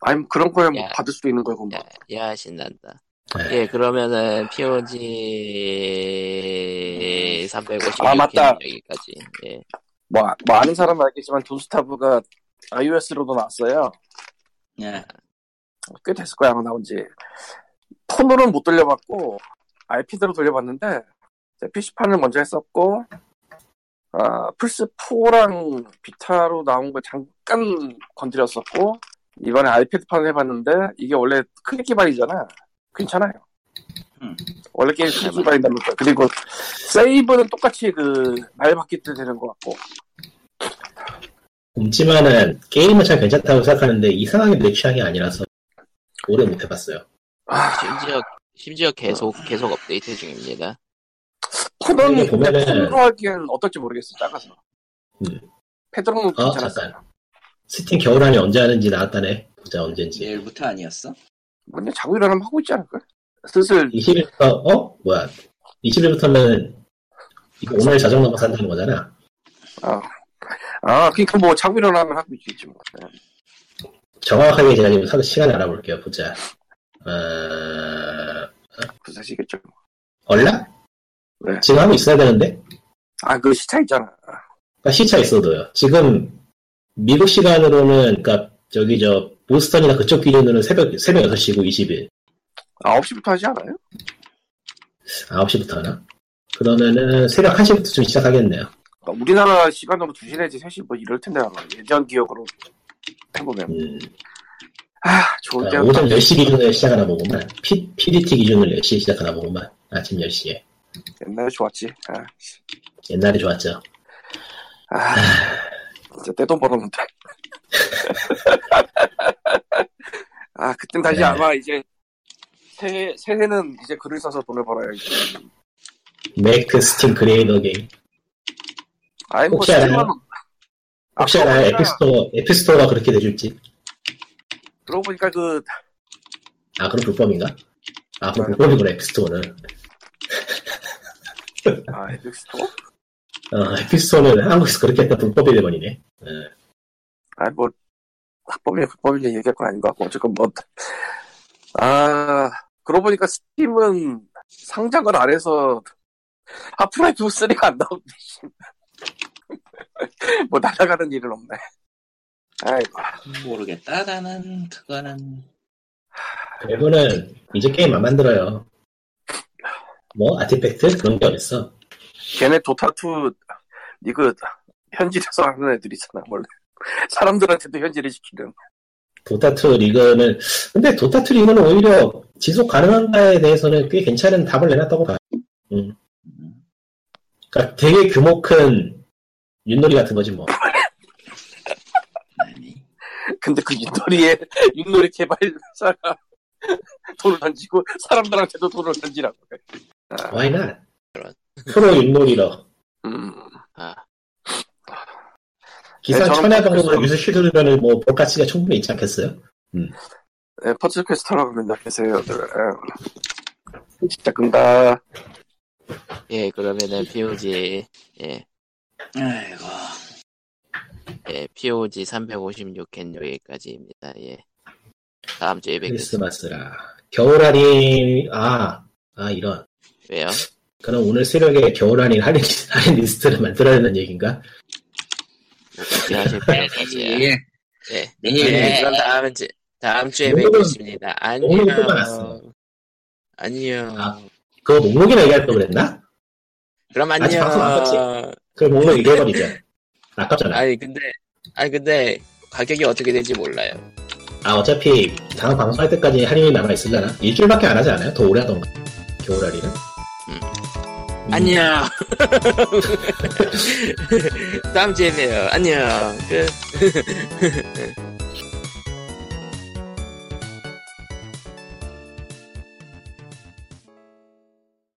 Speaker 4: 아니 뭐 그런 거야 뭐
Speaker 1: 야.
Speaker 4: 받을 수도 있는 거고 뭐
Speaker 1: 야, 야, 신난다.
Speaker 3: 네.
Speaker 1: 예, 그러면은, POG 356.
Speaker 4: 아, 맞다.
Speaker 1: 여기까지. 예.
Speaker 4: 뭐, 아- 뭐 아는 사람은 알겠지만 돈스타브가 iOS로도 나왔어요.
Speaker 2: 예.
Speaker 4: 꽤 됐을 거야 아마 나온지. 폰으로는 못 돌려봤고 IP대로 돌려봤는데 PC 판을 먼저 했었고 아, 플스 4랑 비타로 나온 거 잠깐 건드렸었고 이번에 아이패드 판을 해봤는데 이게 원래 클릭 기반이잖아. 괜찮아요.
Speaker 2: 음.
Speaker 4: 원래 게임 클릭 기반이다니까. 그리고 세이브는 똑같이 그날 바뀔 때 되는 것 같고.
Speaker 3: 굶지만은 게임은 참 괜찮다고 생각하는데 이상하게 내 취향이 아니라서 오래 못 해봤어요.
Speaker 1: 심지어, 심지어 계속, 계속 업데이트 중입니다.
Speaker 4: 폰은
Speaker 3: 근데 보면은-
Speaker 4: 근데 폰으로 하기엔 어떨지 모르겠어 작아서
Speaker 3: 음.
Speaker 4: 패드로는
Speaker 3: 아
Speaker 4: 괜찮았어
Speaker 3: 잠깐. 스팀 겨울안이 언제 하는지 나왔다네. 보자 언젠지.
Speaker 2: 내일부터 아니었어?
Speaker 4: 뭐냐 자고 일어나면 하고 있지 않을까 슬슬
Speaker 3: 20일부터 어 뭐야? 20일부터는 이거 오늘 자정 넘어 산다는 거잖아.
Speaker 4: 아 그러니까 뭐 자고 일어나면 하고 있지 뭐
Speaker 3: 정확하게 제가 지금 사- 시간 알아볼게요. 보자. 어...
Speaker 4: 그 사실이겠죠
Speaker 3: 얼라?
Speaker 4: 네.
Speaker 3: 지금 하고 있어야 되는데?
Speaker 4: 아그 시차 있잖아
Speaker 3: 그러니까 시차 있어도요. 지금 미국 시간으로는 그러니까 저기 저 보스턴이나 그쪽 기준으로는 새벽 새벽 6시고 20일
Speaker 4: 아 9시부터 하지 않아요?
Speaker 3: 9시부터 하나? 그러면은 새벽 1시부터 좀 시작하겠네요.
Speaker 4: 그러니까 우리나라 시간으로 2시 내지 3시 뭐 이럴 텐데 아마 예전 기억으로 해보면
Speaker 3: 음,
Speaker 4: 아 좋은
Speaker 3: 그러니까
Speaker 4: 데였다
Speaker 3: 오전 10시 기준으로 시작하나 보구만. P, PDT 기준으로 10시에 시작하나 보구만. 아침 10시에.
Speaker 4: 옛날에 좋았지 아, 씨.
Speaker 3: 옛날에 좋았죠.
Speaker 4: 아 진짜 떼돈 벌었는데 아 그땐 다시
Speaker 3: 네.
Speaker 4: 아마 이제 새해, 새해는 이제 글을 써서 돈을 벌어야지
Speaker 3: 메이크 스팀 그레이더 게임.
Speaker 4: 아이 뭐
Speaker 3: 혹시 알아요?
Speaker 4: 스팀은
Speaker 3: 혹시
Speaker 4: 아,
Speaker 3: 알아요?
Speaker 4: 그러니까.
Speaker 3: 에피스토어, 에피스토어가 그렇게 돼줄지.
Speaker 4: 그러고 보니까 그
Speaker 3: 아, 그럼 불법인가? 아, 그럼
Speaker 4: 맞아요.
Speaker 3: 불법이구나, 에피스토어는.
Speaker 4: 아, 에픽스토어?
Speaker 3: 어, 에피스토어는 한국에서 그렇게 했다 불법이 돼버리네.
Speaker 4: 아, 뭐 합법이냐 불법이냐 얘기할 건 아닌 것 같고 어쨌건 뭐 아, 그러고 보니까 스팀은 상장을 안 해서 하프라이프 3가 안 나오는데 씨. 뭐 날아가는 일은 없네 아이고 뭐,
Speaker 2: 모르겠다. 나는 그거는
Speaker 3: 일본은 이제 게임 안 만들어요. 뭐, 아티팩트? 그런 게 어딨어.
Speaker 4: 걔네 도타2 이거 현질에서 하는 애들 있잖아 원래 사람들한테도 현질을 시키는
Speaker 3: 도타2 리그는, 근데 도타2 리그는 오히려 지속 가능한가에 대해서는 꽤 괜찮은 답을 내놨다고 봐요.
Speaker 2: 음,
Speaker 3: 그러니까 되게 규모 큰 윷놀이 같은 거지 뭐.
Speaker 2: 아니.
Speaker 4: 근데 그 윷놀이에 윷놀이 개발사가 돈을 던지고 사람들한테도 돈을 던지라고 해.
Speaker 3: Why not? 프로 윷놀이러.
Speaker 4: 음.
Speaker 1: 아,
Speaker 3: 기사
Speaker 4: 저는
Speaker 3: 천회 방송으로
Speaker 4: 그래서-
Speaker 3: 유수 실으면 뭐 볼가치가 충분히 있지 않겠어요?
Speaker 4: 네, 퍼즐 퀘스트라고 맨날 계세요. 네. 진짜 끈다.
Speaker 1: 예, 그러면은 POG, 예,
Speaker 2: 아이고.
Speaker 1: 예, POG 356캔 여기까지입니다. 예. 다음 주에 뵙겠습니다.
Speaker 3: 크리스마스라. 겨울 할인 아, 아 이런.
Speaker 1: 왜요?
Speaker 3: 그럼 오늘 새벽에 겨울 할인 할인, 할인 리스트를 만들어야는 얘기인가?
Speaker 1: 어떻게 하실 필요까지야.
Speaker 2: 예.
Speaker 1: 예.
Speaker 2: 내일
Speaker 1: 예, 그럼 다음 주, 다음 주에
Speaker 3: 오늘은-
Speaker 1: 뵙겠습니다. 안녕.
Speaker 3: 오늘은 또 많았어요.
Speaker 1: 안녕.
Speaker 3: 아. 그거 목록이나 얘기할 걸 그랬나?
Speaker 1: 그럼
Speaker 3: 아직
Speaker 1: 안녕.
Speaker 3: 방송 안 그 목록 얘기해버리자. 아깝잖아.
Speaker 1: 아니, 근데, 아니, 근데, 가격이 어떻게 될지 몰라요.
Speaker 3: 아 어차피 다음 방송할 때까지 할인이 남아있을라나? 일주일밖에 안 하지 않아요? 더 오래 하던가. 겨울 할인은? 음.
Speaker 1: 안녕. 다음 주에 봬요. 안녕. 끝.